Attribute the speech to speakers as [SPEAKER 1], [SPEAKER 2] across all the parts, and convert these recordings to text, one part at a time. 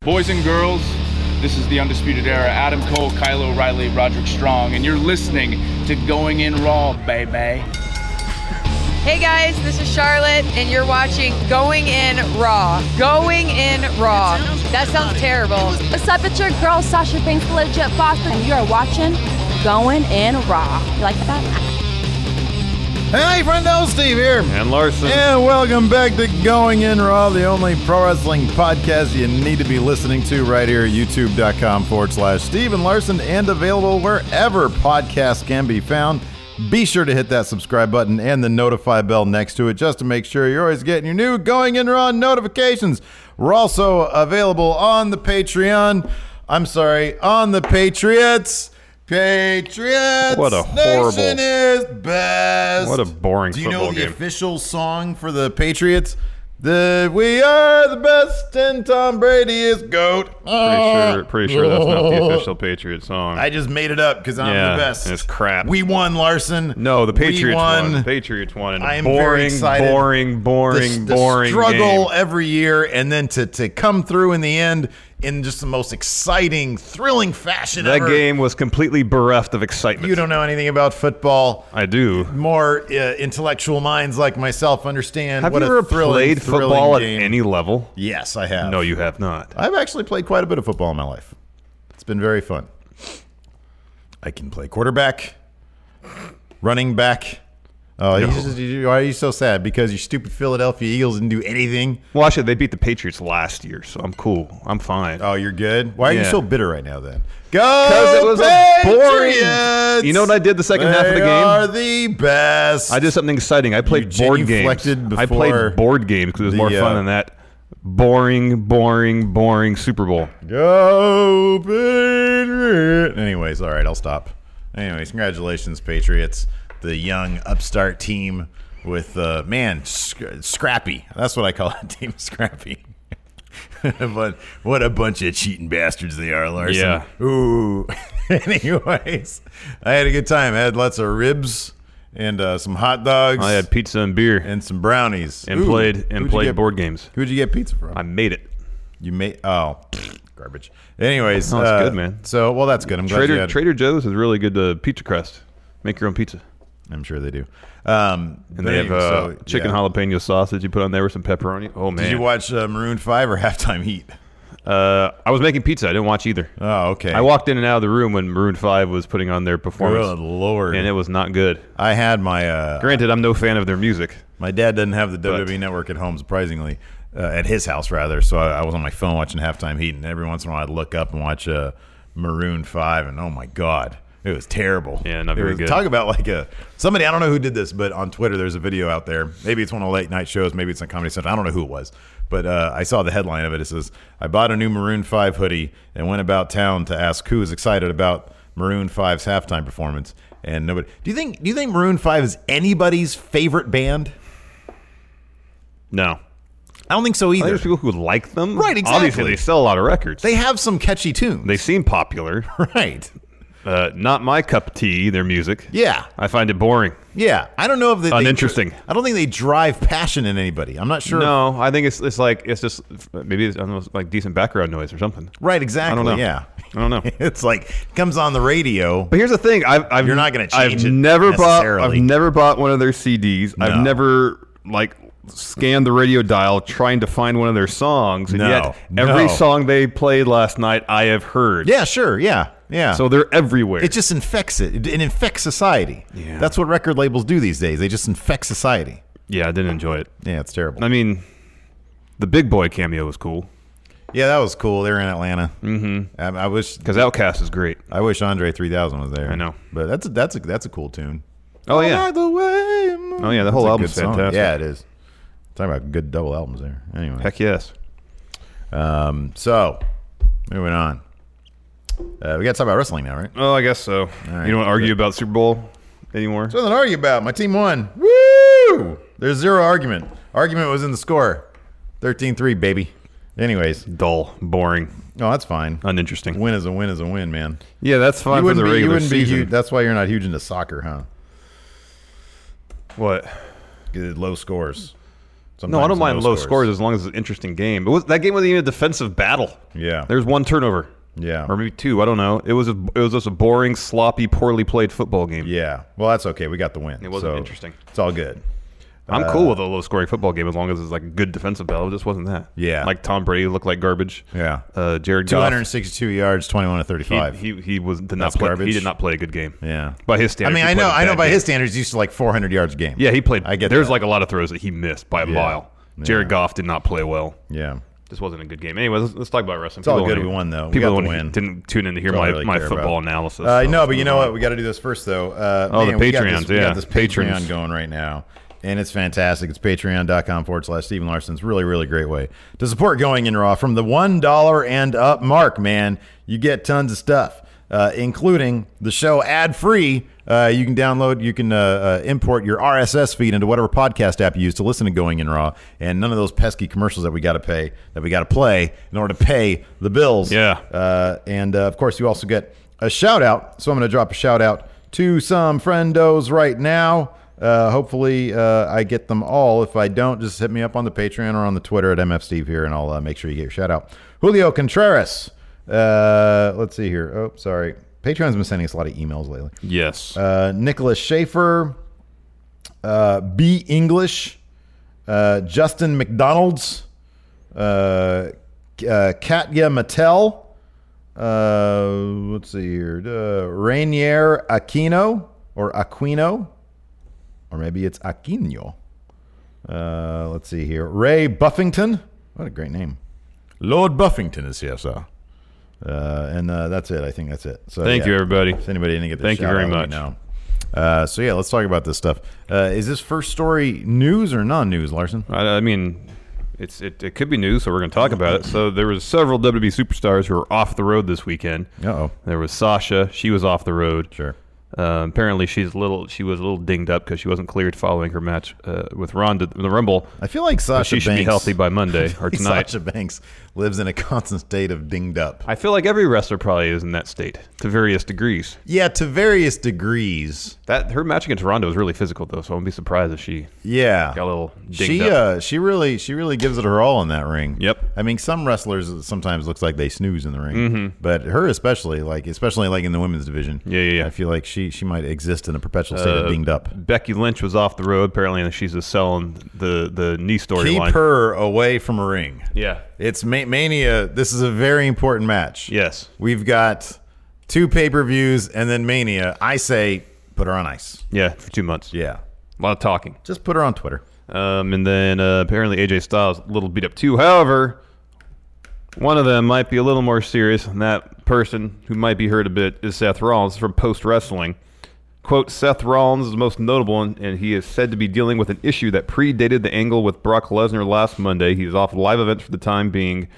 [SPEAKER 1] Boys and girls, this is the Undisputed Era. Adam Cole, Kylo Riley, Roderick Strong, and you're listening to Going In Raw, baby.
[SPEAKER 2] Hey guys, this is Charlotte, and you're watching Going In Raw. Going In Raw. That sounds terrible.
[SPEAKER 3] What's up? It's your girl Sasha Banks, the legit boss, and you are watching Going in Raw. You like that?
[SPEAKER 4] Hey, friendo, Steve here.
[SPEAKER 5] And Larson.
[SPEAKER 4] And welcome back to Going In Raw, the only pro wrestling podcast you need to be listening to right here at youtube.com forward slash Steve and Larson and available wherever podcasts can be found. Be sure to hit that subscribe button and the notify bell next to it just to make sure you're always getting your new Going In Raw notifications. We're also available on the Patreon. I'm sorry, on the Patriots. Patriots.
[SPEAKER 5] What a horrible-
[SPEAKER 4] Nation is best.
[SPEAKER 5] What a boring
[SPEAKER 4] Do you
[SPEAKER 5] football
[SPEAKER 4] know the
[SPEAKER 5] game.
[SPEAKER 4] official song for the Patriots? The We Are the Best and Tom Brady is GOAT.
[SPEAKER 5] Pretty sure, pretty sure that's not the official Patriot song.
[SPEAKER 4] Uh, I just made it up because I'm
[SPEAKER 5] Yeah,
[SPEAKER 4] the best.
[SPEAKER 5] it's crap.
[SPEAKER 4] We won, Larson.
[SPEAKER 5] no, the
[SPEAKER 4] we
[SPEAKER 5] Patriots
[SPEAKER 4] won.
[SPEAKER 5] won. Patriots won. And
[SPEAKER 4] I am very
[SPEAKER 5] boring,
[SPEAKER 4] excited.
[SPEAKER 5] boring, boring,
[SPEAKER 4] the,
[SPEAKER 5] boring.
[SPEAKER 4] the struggle
[SPEAKER 5] game.
[SPEAKER 4] every year and then to, to come through in the end in just the most exciting, thrilling fashion
[SPEAKER 5] That
[SPEAKER 4] ever.
[SPEAKER 5] game was completely bereft of excitement.
[SPEAKER 4] You don't know anything about football.
[SPEAKER 5] I do.
[SPEAKER 4] more uh, intellectual minds like myself understand.
[SPEAKER 5] Have
[SPEAKER 4] what
[SPEAKER 5] you
[SPEAKER 4] a
[SPEAKER 5] ever
[SPEAKER 4] thrilling,
[SPEAKER 5] played
[SPEAKER 4] thrilling
[SPEAKER 5] football at
[SPEAKER 4] game.
[SPEAKER 5] any level?
[SPEAKER 4] Yes, I have.
[SPEAKER 5] No, you have not.
[SPEAKER 4] I've actually played quite a bit of football in my life. It's been very fun. I can play quarterback, running back. Oh, he's just, you- why are you so sad? Because your stupid Philadelphia Eagles didn't do anything.
[SPEAKER 5] Well, actually, they beat the Patriots last year, so I'm cool. I'm fine.
[SPEAKER 4] Oh, you're good. Why are you
[SPEAKER 5] Yeah.
[SPEAKER 4] so bitter right now? Then go
[SPEAKER 5] Because it was a boring-
[SPEAKER 4] Patriots!
[SPEAKER 5] You know what I did the second half of the
[SPEAKER 4] They
[SPEAKER 5] game?
[SPEAKER 4] Are the best.
[SPEAKER 5] I did something exciting. I played
[SPEAKER 4] You
[SPEAKER 5] board games.
[SPEAKER 4] genuflected before
[SPEAKER 5] I played board games because it was
[SPEAKER 4] the,
[SPEAKER 5] more
[SPEAKER 4] uh,
[SPEAKER 5] fun than that boring, boring, boring Super Bowl.
[SPEAKER 4] Go Patriots! Anyways, all right, I'll stop. Anyways, congratulations, Patriots, the young upstart team with uh, man sc- scrappy. That's what I call that team, scrappy. but what a bunch of cheating bastards they are, Larson.
[SPEAKER 5] Yeah.
[SPEAKER 4] Ooh. Anyways, I had a good time. I had lots of ribs and uh, some hot dogs
[SPEAKER 5] I had pizza and beer and,
[SPEAKER 4] and some brownies Ooh.
[SPEAKER 5] played and
[SPEAKER 4] Who'd you
[SPEAKER 5] played
[SPEAKER 4] get-
[SPEAKER 5] board games.
[SPEAKER 4] Who'd you get pizza from?
[SPEAKER 5] I made it.
[SPEAKER 4] You may oh garbage. Anyways,
[SPEAKER 5] That sounds
[SPEAKER 4] uh,
[SPEAKER 5] good, man.
[SPEAKER 4] So well, that's good. I'm glad you
[SPEAKER 5] Trader
[SPEAKER 4] had it.
[SPEAKER 5] Trader Joe's is really good uh, pizza crust. Make your own pizza.
[SPEAKER 4] I'm sure they do. Um,
[SPEAKER 5] And they have uh, chicken
[SPEAKER 4] holiday.
[SPEAKER 5] jalapeno sausage you put on there with some pepperoni. Oh man!
[SPEAKER 4] Did you watch uh, Maroon Five or Halftime Heat?
[SPEAKER 5] Uh, I was making pizza. I didn't watch either.
[SPEAKER 4] Oh, okay.
[SPEAKER 5] I walked in and out of the room when Maroon Five was putting on their performance,
[SPEAKER 4] Good lord!
[SPEAKER 5] and it was not good.
[SPEAKER 4] I had my uh,
[SPEAKER 5] Granted, I'm no fan of their music.
[SPEAKER 4] my dad doesn't have the
[SPEAKER 5] But-
[SPEAKER 4] WWE Network at home, surprisingly, uh, at his house rather. So I, I was on my phone watching Halftime Heat, and every once in a while I'd look up and watch uh, Maroon Five, and oh my god. It was terrible.
[SPEAKER 5] Yeah, not
[SPEAKER 4] It
[SPEAKER 5] very
[SPEAKER 4] was-
[SPEAKER 5] good.
[SPEAKER 4] Talk about like a somebody I don't know who did this, but on Twitter there's a video out there. Maybe it's one of the late night shows. Maybe it's on Comedy Central. I don't know who it was, but uh, I saw the headline of it. It says, "I bought a new Maroon Five hoodie and went about town to ask who was excited about Maroon 5's halftime performance." And nobody. Do you think? Do you think Maroon Five is anybody's favorite band?
[SPEAKER 5] No,
[SPEAKER 4] I don't think so
[SPEAKER 5] I think
[SPEAKER 4] either.
[SPEAKER 5] there's people who like them.
[SPEAKER 4] Right,
[SPEAKER 5] Obviously,
[SPEAKER 4] exactly.
[SPEAKER 5] they sell a lot of records.
[SPEAKER 4] they have some catchy tunes.
[SPEAKER 5] they seem popular.
[SPEAKER 4] right.
[SPEAKER 5] Uh, not my cup of tea. Their music.
[SPEAKER 4] Yeah.
[SPEAKER 5] I find it boring.
[SPEAKER 4] Yeah. I don't know if they, they-
[SPEAKER 5] Uninteresting.
[SPEAKER 4] I don't think they drive passion in anybody. I'm not sure.
[SPEAKER 5] No, I think it's it's like it's just maybe it's, I don't know, it's like decent background noise or something.
[SPEAKER 4] Right. Exactly.
[SPEAKER 5] I don't know.
[SPEAKER 4] Yeah.
[SPEAKER 5] I don't know.
[SPEAKER 4] It's like comes on the radio.
[SPEAKER 5] But here's the thing: I've, I've
[SPEAKER 4] You're not gonna change
[SPEAKER 5] I've
[SPEAKER 4] it
[SPEAKER 5] never bought. I've
[SPEAKER 4] necessarily.
[SPEAKER 5] never bought one of their CDs.
[SPEAKER 4] No.
[SPEAKER 5] I've never like scanned the radio dial trying to find one of their songs, and
[SPEAKER 4] No.
[SPEAKER 5] yet
[SPEAKER 4] No.
[SPEAKER 5] every song they played last night I have heard.
[SPEAKER 4] Yeah, sure. Yeah. Yeah.
[SPEAKER 5] so they're everywhere.
[SPEAKER 4] it just infects it. It infects society.
[SPEAKER 5] Yeah.
[SPEAKER 4] That's what record labels do these days. They just infect society.
[SPEAKER 5] yeah, I didn't enjoy it.
[SPEAKER 4] Yeah, it's terrible.
[SPEAKER 5] I mean, the Big Boy cameo was cool
[SPEAKER 4] yeah, that was cool. They were in Atlanta. Mm-hmm. I, I wish
[SPEAKER 5] because Outcast is great.
[SPEAKER 4] I wish Andre 3000 was there.
[SPEAKER 5] I know.
[SPEAKER 4] But that's a, that's a, that's a cool tune.
[SPEAKER 5] Oh yeah,
[SPEAKER 4] By the way.
[SPEAKER 5] oh yeah, the whole album's fantastic.
[SPEAKER 4] Yeah, it is. Talking about good double albums there. Anyway.
[SPEAKER 5] Heck yes.
[SPEAKER 4] Um, so, moving on. Uh, we got to talk about wrestling now, right?
[SPEAKER 5] Oh, I guess so. You don't argue about Super Bowl anymore.
[SPEAKER 4] There's nothing to argue about. My team won. Woo! There's zero argument. Argument was in the score 13 3, baby. Anyways,
[SPEAKER 5] Dull, boring,
[SPEAKER 4] no, that's fine.
[SPEAKER 5] uninteresting.
[SPEAKER 4] Win is a win is a win, man.
[SPEAKER 5] Yeah, that's fine
[SPEAKER 4] You
[SPEAKER 5] for
[SPEAKER 4] wouldn't,
[SPEAKER 5] the
[SPEAKER 4] be, you
[SPEAKER 5] regular
[SPEAKER 4] wouldn't be
[SPEAKER 5] season.
[SPEAKER 4] huge. That's why you're not huge into soccer, huh?
[SPEAKER 5] what?
[SPEAKER 4] Good, low scores.
[SPEAKER 5] No, I don't
[SPEAKER 4] Sometimes
[SPEAKER 5] mind low scores as long as it's an interesting game. It was that game wasn't even a defensive battle.
[SPEAKER 4] Yeah.
[SPEAKER 5] there was one turnover.
[SPEAKER 4] Yeah.
[SPEAKER 5] or maybe two. I don't know. It was a, it was just a boring, sloppy, poorly played football game.
[SPEAKER 4] Yeah. Well, that's okay. We got the win. It
[SPEAKER 5] wasn't interesting.
[SPEAKER 4] It's all good.
[SPEAKER 5] I'm cool with a low scoring football game as long as it's like a good defensive battle. It just wasn't that.
[SPEAKER 4] Yeah.
[SPEAKER 5] like Tom Brady looked like garbage.
[SPEAKER 4] Yeah.
[SPEAKER 5] uh, Jared Goff,
[SPEAKER 4] 262 yards, 21 to
[SPEAKER 5] he,
[SPEAKER 4] 35.
[SPEAKER 5] he he was did not
[SPEAKER 4] That's
[SPEAKER 5] play, he
[SPEAKER 4] garbage.
[SPEAKER 5] did not play a good game.
[SPEAKER 4] yeah.
[SPEAKER 5] by his
[SPEAKER 4] I
[SPEAKER 5] standards.
[SPEAKER 4] mean,
[SPEAKER 5] he
[SPEAKER 4] I
[SPEAKER 5] played
[SPEAKER 4] know,
[SPEAKER 5] a
[SPEAKER 4] I know.
[SPEAKER 5] bad
[SPEAKER 4] By
[SPEAKER 5] game.
[SPEAKER 4] his standards, he's used to like 400 yards a game.
[SPEAKER 5] Yeah, he played.
[SPEAKER 4] I get.
[SPEAKER 5] There's
[SPEAKER 4] that.
[SPEAKER 5] like a lot of throws that he missed by a mile. Jared Goff did not play well.
[SPEAKER 4] Yeah.
[SPEAKER 5] This wasn't a good game. Anyway, let's, let's talk about wrestling.
[SPEAKER 4] all
[SPEAKER 5] People
[SPEAKER 4] good.
[SPEAKER 5] don't-
[SPEAKER 4] We won, though. We
[SPEAKER 5] People
[SPEAKER 4] got the
[SPEAKER 5] don't-
[SPEAKER 4] win.
[SPEAKER 5] didn't tune in to hear
[SPEAKER 4] That's all
[SPEAKER 5] my,
[SPEAKER 4] I really
[SPEAKER 5] my
[SPEAKER 4] care
[SPEAKER 5] football
[SPEAKER 4] about.
[SPEAKER 5] analysis.
[SPEAKER 4] Uh,
[SPEAKER 5] so
[SPEAKER 4] no, but you
[SPEAKER 5] let's
[SPEAKER 4] know
[SPEAKER 5] move
[SPEAKER 4] what?
[SPEAKER 5] on.
[SPEAKER 4] We got to do this first, though. Uh,
[SPEAKER 5] Oh, the
[SPEAKER 4] man, we got
[SPEAKER 5] Patreons,
[SPEAKER 4] this- we
[SPEAKER 5] yeah.
[SPEAKER 4] got this Patreon
[SPEAKER 5] Patrons.
[SPEAKER 4] going right now, and it's fantastic. It's patreon.com forward slash Stephen Larson. It's really, really great way to support Going in Raw from the one dollar and up mark. Man, you get tons of stuff, uh, including the show ad free. Uh, you can download, you can uh, uh, import your RSS feed into whatever podcast app you use to listen to Going in Raw, and none of those pesky commercials that we got to pay, that we got to play in order to pay the bills.
[SPEAKER 5] Yeah.
[SPEAKER 4] Uh, and uh, of course, you also get a shout out. So I'm going to drop a shout out to some friendos right now. Uh, hopefully, uh, I get them all. If I don't, just hit me up on the Patreon or on the Twitter at MFSteve here, and I'll uh, make sure you get your shout out. Julio Contreras. Uh, let's see here. Oh, sorry. Patreon's been sending us a lot of emails lately.
[SPEAKER 5] Yes.
[SPEAKER 4] Uh, Nicholas Schaefer, uh, B. English, uh, Justin McDonald's, uh, uh, Katya Mattel, uh, let's see here, uh, Rainier Aquino or Aquino, or maybe it's Aquino. Uh, let's see here, Ray Buffington. What a great name. Lord Buffington is here, sir. Uh, and uh, that's it. I think that's it. So
[SPEAKER 5] Thank
[SPEAKER 4] yeah.
[SPEAKER 5] you, everybody.
[SPEAKER 4] If anybody didn't get their
[SPEAKER 5] Thank you
[SPEAKER 4] shout
[SPEAKER 5] very
[SPEAKER 4] out, let
[SPEAKER 5] much.
[SPEAKER 4] me know. Uh, so yeah, let's talk about this stuff. Uh, is this first story news or non-news, Larson?
[SPEAKER 5] I, I mean, it's it, it could be news, so we're going to talk about it. So there was several WWE superstars who were off the road this weekend.
[SPEAKER 4] Uh-oh.
[SPEAKER 5] There was Sasha. She was off the road.
[SPEAKER 4] Sure.
[SPEAKER 5] Uh, apparently, she's a little. She was a little dinged up because she wasn't cleared following her match uh, with Ronda the Rumble.
[SPEAKER 4] I feel like
[SPEAKER 5] But
[SPEAKER 4] Sasha
[SPEAKER 5] she should
[SPEAKER 4] Banks
[SPEAKER 5] be healthy by Monday or tonight.
[SPEAKER 4] Sasha Banks lives in a constant state of dinged up.
[SPEAKER 5] I feel like every wrestler probably is in that state to various degrees.
[SPEAKER 4] Yeah, to various degrees.
[SPEAKER 5] That her match against Ronda was really physical though, so I wouldn't be surprised if she.
[SPEAKER 4] Yeah,
[SPEAKER 5] Got a little dinged
[SPEAKER 4] she
[SPEAKER 5] up.
[SPEAKER 4] uh she really she really gives it her all in that ring.
[SPEAKER 5] Yep.
[SPEAKER 4] I mean, some wrestlers uh, sometimes looks like they snooze in the ring, but her especially like especially like in the women's division.
[SPEAKER 5] Mm-hmm. Yeah, yeah, Uh, yeah.
[SPEAKER 4] I feel like she she might exist in a perpetual state of dinged up.
[SPEAKER 5] Becky Lynch was off the road apparently, and she's just selling the the knee
[SPEAKER 4] Keep
[SPEAKER 5] storyline.
[SPEAKER 4] her away from a ring.
[SPEAKER 5] Yeah.
[SPEAKER 4] It's Ma- Mania. This is a very important match.
[SPEAKER 5] Yes.
[SPEAKER 4] We've got two pay per views and then Mania. I say put her on ice.
[SPEAKER 5] Yeah, for two months.
[SPEAKER 4] Yeah.
[SPEAKER 5] A lot of talking.
[SPEAKER 4] Just put her on Twitter.
[SPEAKER 5] Um, and then uh, apparently AJ Styles a little beat up too. However, one of them might be a little more serious, and that person who might be hurt a bit is Seth Rollins from Post Wrestling. Quote, Seth Rollins is the most notable, one, and he is said to be dealing with an issue that predated the angle with Brock Lesnar last Monday. He is off live events for the time being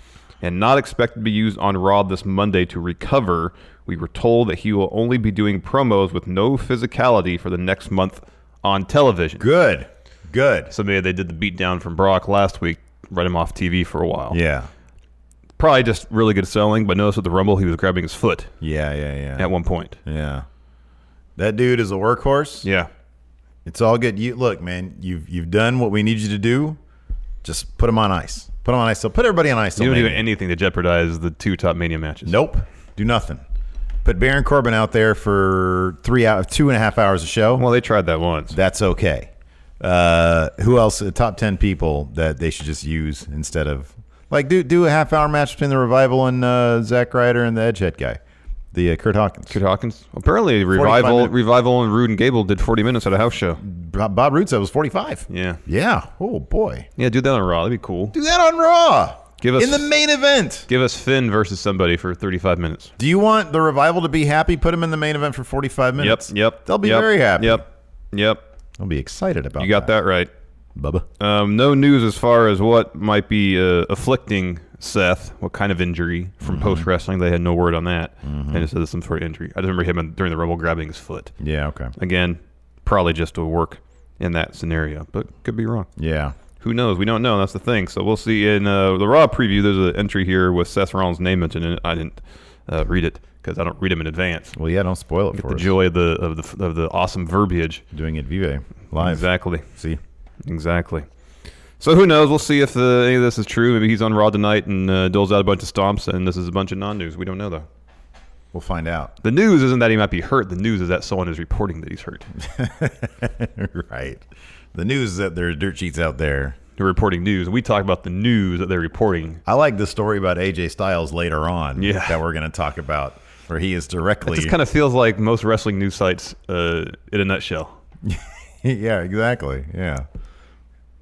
[SPEAKER 5] and not expected to be used on Raw this Monday to recover. We were told that he will only be doing promos with no physicality for the next month on television.
[SPEAKER 4] Good. Good.
[SPEAKER 5] So maybe they did the beatdown from Brock last week, run him off TV for a while.
[SPEAKER 4] Yeah.
[SPEAKER 5] Probably just really good selling, but notice with the Rumble, he was grabbing his foot
[SPEAKER 4] Yeah. Yeah. Yeah.
[SPEAKER 5] at one point.
[SPEAKER 4] yeah. That dude is a workhorse.
[SPEAKER 5] Yeah.
[SPEAKER 4] It's all good. You look, man. You've you've done what we need you to do. Just put him on ice. Put him on ice. So put everybody on ice. till
[SPEAKER 5] You don't do
[SPEAKER 4] Mania.
[SPEAKER 5] anything to jeopardize the two top Mania matches.
[SPEAKER 4] Nope. Do nothing. Put Baron Corbin out there for three out two and a half hours of show.
[SPEAKER 5] Well, they tried that once.
[SPEAKER 4] That's okay. Uh, who else? The top ten people that they should just use instead of like do do a half hour match between the revival and uh, Zack Ryder and the Edgehead guy, the uh, Kurt Hawkins.
[SPEAKER 5] Kid Hawkins. Apparently,
[SPEAKER 4] 45
[SPEAKER 5] revival,
[SPEAKER 4] minute-
[SPEAKER 5] revival, and Rude and Gable did 40 minutes at a house show.
[SPEAKER 4] Bob, Bob Roode said was forty five.
[SPEAKER 5] Yeah.
[SPEAKER 4] Yeah. Oh boy.
[SPEAKER 5] Yeah, do that on Raw. That'd be cool.
[SPEAKER 4] Do that on Raw.
[SPEAKER 5] Give us-
[SPEAKER 4] in the main event.
[SPEAKER 5] Give us Finn versus somebody for 35 minutes.
[SPEAKER 4] Do you want the revival to be happy? Put him in the main event for forty five minutes.
[SPEAKER 5] Yep. Yep.
[SPEAKER 4] They'll be
[SPEAKER 5] yep,
[SPEAKER 4] very happy.
[SPEAKER 5] Yep. Yep.
[SPEAKER 4] They'll be excited about.
[SPEAKER 5] You got that right.
[SPEAKER 4] Bubba.
[SPEAKER 5] Um, no news as far as what might be uh, afflicting Seth what kind of injury from post wrestling. They had no word on that, and it said it's some sort of injury. I just remember him in- during the Rumble grabbing his foot.
[SPEAKER 4] Yeah. Okay.
[SPEAKER 5] Again, probably just to work in that scenario, but could be wrong.
[SPEAKER 4] Yeah.
[SPEAKER 5] Who knows? We don't know. That's the thing. So we'll see in uh, the Raw preview. There's an entry here with Seth Rollins' name mentioned in it. I didn't uh, read it because I don't read them in advance.
[SPEAKER 4] Well, yeah. Don't spoil it
[SPEAKER 5] Get
[SPEAKER 4] for
[SPEAKER 5] the
[SPEAKER 4] us.
[SPEAKER 5] joy of the of the of the awesome verbiage.
[SPEAKER 4] Doing it view live.
[SPEAKER 5] Exactly.
[SPEAKER 4] See.
[SPEAKER 5] Exactly. So who knows? We'll see if uh, any of this is true. Maybe he's on Raw tonight and uh, doles out a bunch of stomps, and this is a bunch of non-news. We don't know though.
[SPEAKER 4] We'll find out.
[SPEAKER 5] The news isn't that he might be hurt. The news is that someone is reporting that he's hurt.
[SPEAKER 4] right. The news is that there are dirt sheets out there.
[SPEAKER 5] They're reporting news, and we talk about the news that they're reporting.
[SPEAKER 4] I like the story about AJ Styles later on.
[SPEAKER 5] Yeah.
[SPEAKER 4] That we're going to talk about, where he is
[SPEAKER 5] It
[SPEAKER 4] directly.
[SPEAKER 5] just kind of feels like most wrestling news sites uh, in a nutshell.
[SPEAKER 4] yeah. Exactly. Yeah.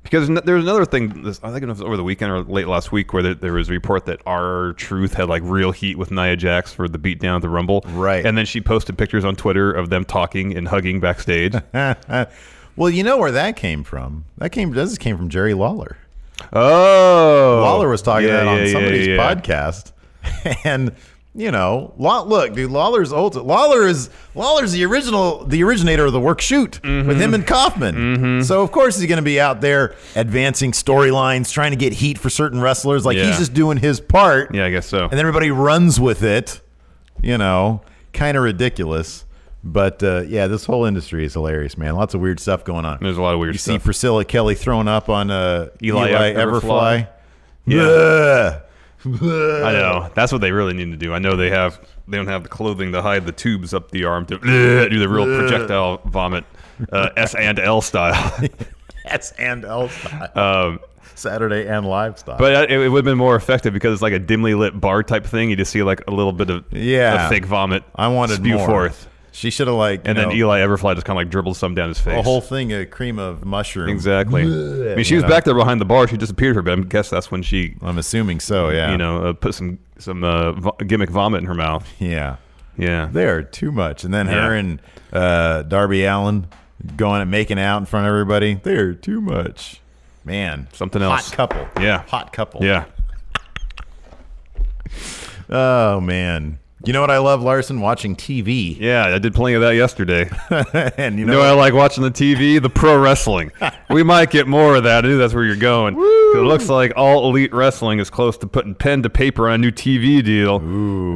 [SPEAKER 5] Because n- there was another thing. This, I think it was over the weekend or late last week, where there, there was a report that our Truth had like real heat with Nia Jax for the beatdown at the Rumble,
[SPEAKER 4] Right.
[SPEAKER 5] And then she posted pictures on Twitter of them talking and hugging backstage.
[SPEAKER 4] well, you know where that came from. That came. This came from Jerry Lawler.
[SPEAKER 5] oh,
[SPEAKER 4] Lawler was talking
[SPEAKER 5] Yeah,
[SPEAKER 4] about it
[SPEAKER 5] yeah,
[SPEAKER 4] on
[SPEAKER 5] yeah,
[SPEAKER 4] somebody's
[SPEAKER 5] yeah.
[SPEAKER 4] podcast, and you know, Law, look, dude, Lawler's old. Lawler is Lawler's the original, the originator of the work shoot
[SPEAKER 5] Mm-hmm.
[SPEAKER 4] with him and Kaufman. So of course he's going to be out there advancing storylines, trying to get heat for certain wrestlers. Like
[SPEAKER 5] Yeah.
[SPEAKER 4] he's just doing his part,
[SPEAKER 5] Yeah, I guess so.
[SPEAKER 4] and then everybody runs with it. You know, kind of ridiculous. But uh, yeah, this whole industry is hilarious, man. Lots of weird stuff going on.
[SPEAKER 5] There's a lot of weird
[SPEAKER 4] You see
[SPEAKER 5] stuff.
[SPEAKER 4] Priscilla Kelly thrown up on uh,
[SPEAKER 5] Eli
[SPEAKER 4] Eli,
[SPEAKER 5] Everfly.
[SPEAKER 4] Everfly.
[SPEAKER 5] Yeah.
[SPEAKER 4] Bleh.
[SPEAKER 5] I know. That's what they really need to do. I know they have. They don't have the clothing to hide the tubes up the arm to do the real projectile vomit, uh, S and L style.
[SPEAKER 4] S and L style.
[SPEAKER 5] um,
[SPEAKER 4] Saturday and live style.
[SPEAKER 5] But uh, it, it would have been more effective because it's like a dimly lit bar type thing. You just see like a little bit of
[SPEAKER 4] Yeah.
[SPEAKER 5] of fake vomit.
[SPEAKER 4] I wanted
[SPEAKER 5] spew
[SPEAKER 4] more.
[SPEAKER 5] forth,
[SPEAKER 4] She should have like
[SPEAKER 5] and
[SPEAKER 4] you
[SPEAKER 5] then
[SPEAKER 4] know,
[SPEAKER 5] Eli Everfly just kind of like dribbles some down his face.
[SPEAKER 4] a whole thing of cream of mushroom.
[SPEAKER 5] exactly. I mean, she
[SPEAKER 4] You
[SPEAKER 5] was
[SPEAKER 4] know.
[SPEAKER 5] back there behind the bar. She disappeared for a bit. I guess that's when she,
[SPEAKER 4] I'm assuming so. Yeah.
[SPEAKER 5] you know, uh, put some some uh, vo- gimmick vomit in her mouth.
[SPEAKER 4] Yeah.
[SPEAKER 5] Yeah.
[SPEAKER 4] They are too much. And then her
[SPEAKER 5] Yeah.
[SPEAKER 4] and uh, Darby Allen going and making out in front of everybody. They are too much. Man,
[SPEAKER 5] Something else.
[SPEAKER 4] Hot couple.
[SPEAKER 5] Yeah.
[SPEAKER 4] Hot couple.
[SPEAKER 5] Yeah.
[SPEAKER 4] Oh man. You know what I love, Larson? Watching TV.
[SPEAKER 5] Yeah. I did plenty of that yesterday.
[SPEAKER 4] and you
[SPEAKER 5] You
[SPEAKER 4] know,
[SPEAKER 5] know, what I like watching the TV, the pro wrestling. we might get more of that. I knew that's where you're going. 'Cause It looks like all elite wrestling is close to putting pen to paper on a new TV deal,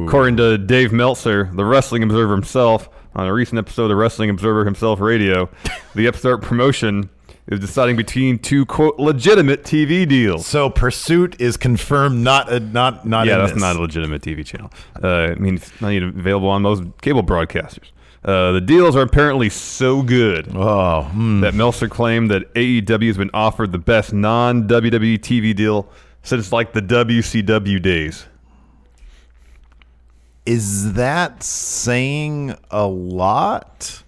[SPEAKER 5] according to Dave Meltzer, the Wrestling Observer himself, on a recent episode of Wrestling Observer himself radio. the upstart promotion is deciding between two quote legitimate TV deals.
[SPEAKER 4] so Pursuit is confirmed not uh, not not
[SPEAKER 5] Yeah,
[SPEAKER 4] in
[SPEAKER 5] that's
[SPEAKER 4] this.
[SPEAKER 5] not a legitimate TV channel. Uh, I mean, it's not even available on most cable broadcasters. Uh, the deals are apparently so good.
[SPEAKER 4] Oh, hmm.
[SPEAKER 5] that Meltzer claimed that AEW has been offered the best non WWE TV deal since like the WCW days.
[SPEAKER 4] is that saying a lot?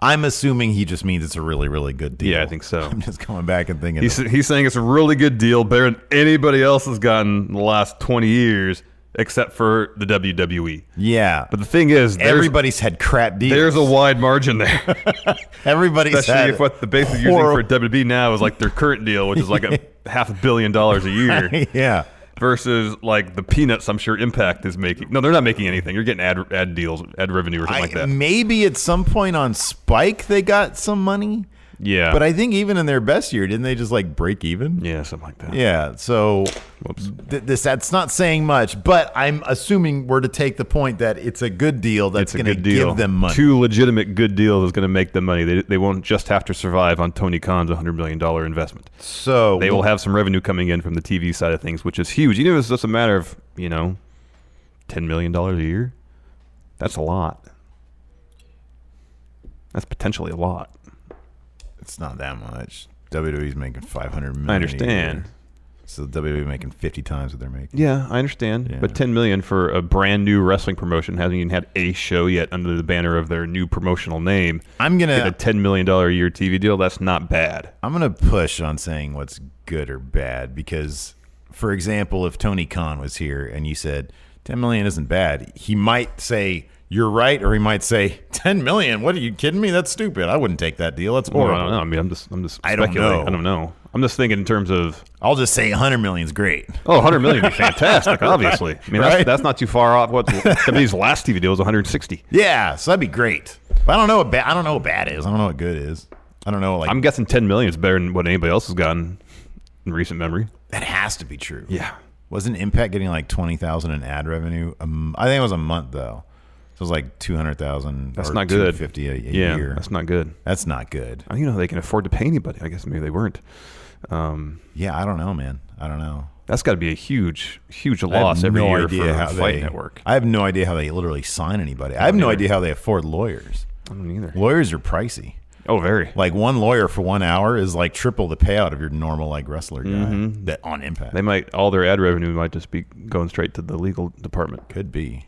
[SPEAKER 4] I'm assuming he just means it's a really really good deal.
[SPEAKER 5] Yeah, I think so.
[SPEAKER 4] I'm just going back and thinking.
[SPEAKER 5] He's, he's saying it's a really good deal, better than anybody else has gotten in the last 20 years, except for the WWE.
[SPEAKER 4] yeah,
[SPEAKER 5] But the thing is, there's,
[SPEAKER 4] everybody's had crap deals.
[SPEAKER 5] there's a wide margin there,
[SPEAKER 4] everybody's had
[SPEAKER 5] especially if what the base is using for WWE now is like their current deal, which is like a half a billion dollars a year.
[SPEAKER 4] horrible- yeah.
[SPEAKER 5] versus like the peanuts I'm sure Impact is making. No, they're not making anything. You're getting ad ad deals, ad revenue or something
[SPEAKER 4] I,
[SPEAKER 5] like that.
[SPEAKER 4] Maybe at some point on Spike they got some money,
[SPEAKER 5] yeah,
[SPEAKER 4] but I think even in their best year, didn't they just like break even?
[SPEAKER 5] yeah, something like that.
[SPEAKER 4] Yeah, so
[SPEAKER 5] Whoops.
[SPEAKER 4] th- this that's not saying much, but I'm assuming we're to take the point that it's a good deal that's
[SPEAKER 5] It's a
[SPEAKER 4] going to
[SPEAKER 5] good deal.
[SPEAKER 4] give them money.
[SPEAKER 5] Two legitimate good deals is going to make them money. They, they won't just have to survive on Tony Khan's $100 million investment.
[SPEAKER 4] so
[SPEAKER 5] They will have some revenue coming in from the TV side of things, which is huge. You know, it's just a matter of, you know, $10 million a year. That's a lot. That's potentially a lot.
[SPEAKER 4] it's not that much. WWE's making 500 million.
[SPEAKER 5] I
[SPEAKER 4] a
[SPEAKER 5] understand.
[SPEAKER 4] year. So WWE making 50 times what they're making.
[SPEAKER 5] Yeah, I understand.
[SPEAKER 4] Yeah.
[SPEAKER 5] But ten million for a brand new wrestling promotion hasn't even had a show yet under the banner of their new promotional name.
[SPEAKER 4] I'm going
[SPEAKER 5] Get a
[SPEAKER 4] to
[SPEAKER 5] ten million dollar a year TV deal. That's not bad.
[SPEAKER 4] I'm going to push on saying what's good or bad because for example, if Tony Khan was here and you said 10 million isn't bad, he might say you're right or he might say 10 million, what are you kidding me? That's stupid. I wouldn't take that deal. That's
[SPEAKER 5] Or
[SPEAKER 4] horrible.
[SPEAKER 5] I don't know. I mean, I'm just I'm just
[SPEAKER 4] I don't
[SPEAKER 5] speculating.
[SPEAKER 4] know.
[SPEAKER 5] I don't know. I'm just thinking in terms of
[SPEAKER 4] I'll just say 100 million is great.
[SPEAKER 5] oh, 100 million would be fantastic. Obviously, I mean
[SPEAKER 4] Right?
[SPEAKER 5] that's, that's not too far off. What WWE's last TV deal was 160.
[SPEAKER 4] Yeah, so that'd be great. But I don't know what bad. I don't know what bad is. I don't know what good is. I don't know. Like
[SPEAKER 5] I'm guessing 10 million is better than what anybody else has gotten in recent memory.
[SPEAKER 4] that has to be true.
[SPEAKER 5] Yeah.
[SPEAKER 4] Wasn't Impact getting like 20,000 in ad revenue? Um, I think it was a month though. So it was like 200,000.
[SPEAKER 5] That's
[SPEAKER 4] or
[SPEAKER 5] not good.
[SPEAKER 4] 250 a, a
[SPEAKER 5] yeah,
[SPEAKER 4] year.
[SPEAKER 5] that's not good.
[SPEAKER 4] That's not good.
[SPEAKER 5] I don't even know if they can afford to pay anybody. I guess maybe they weren't. Um,
[SPEAKER 4] Yeah, I don't know, man. I don't know.
[SPEAKER 5] that's got to be a huge, huge
[SPEAKER 4] I have
[SPEAKER 5] loss every
[SPEAKER 4] no
[SPEAKER 5] year
[SPEAKER 4] idea
[SPEAKER 5] for
[SPEAKER 4] how
[SPEAKER 5] Fight
[SPEAKER 4] they-
[SPEAKER 5] Network.
[SPEAKER 4] I have no idea how they literally sign anybody. I have no
[SPEAKER 5] either.
[SPEAKER 4] idea how they afford lawyers.
[SPEAKER 5] I don't either.
[SPEAKER 4] Lawyers are pricey.
[SPEAKER 5] Oh, very.
[SPEAKER 4] Like one lawyer for one hour is like triple the payout of your normal like wrestler guy that on Impact.
[SPEAKER 5] Mm-hmm. They might all their ad revenue might just be going straight to the legal department.
[SPEAKER 4] Could be.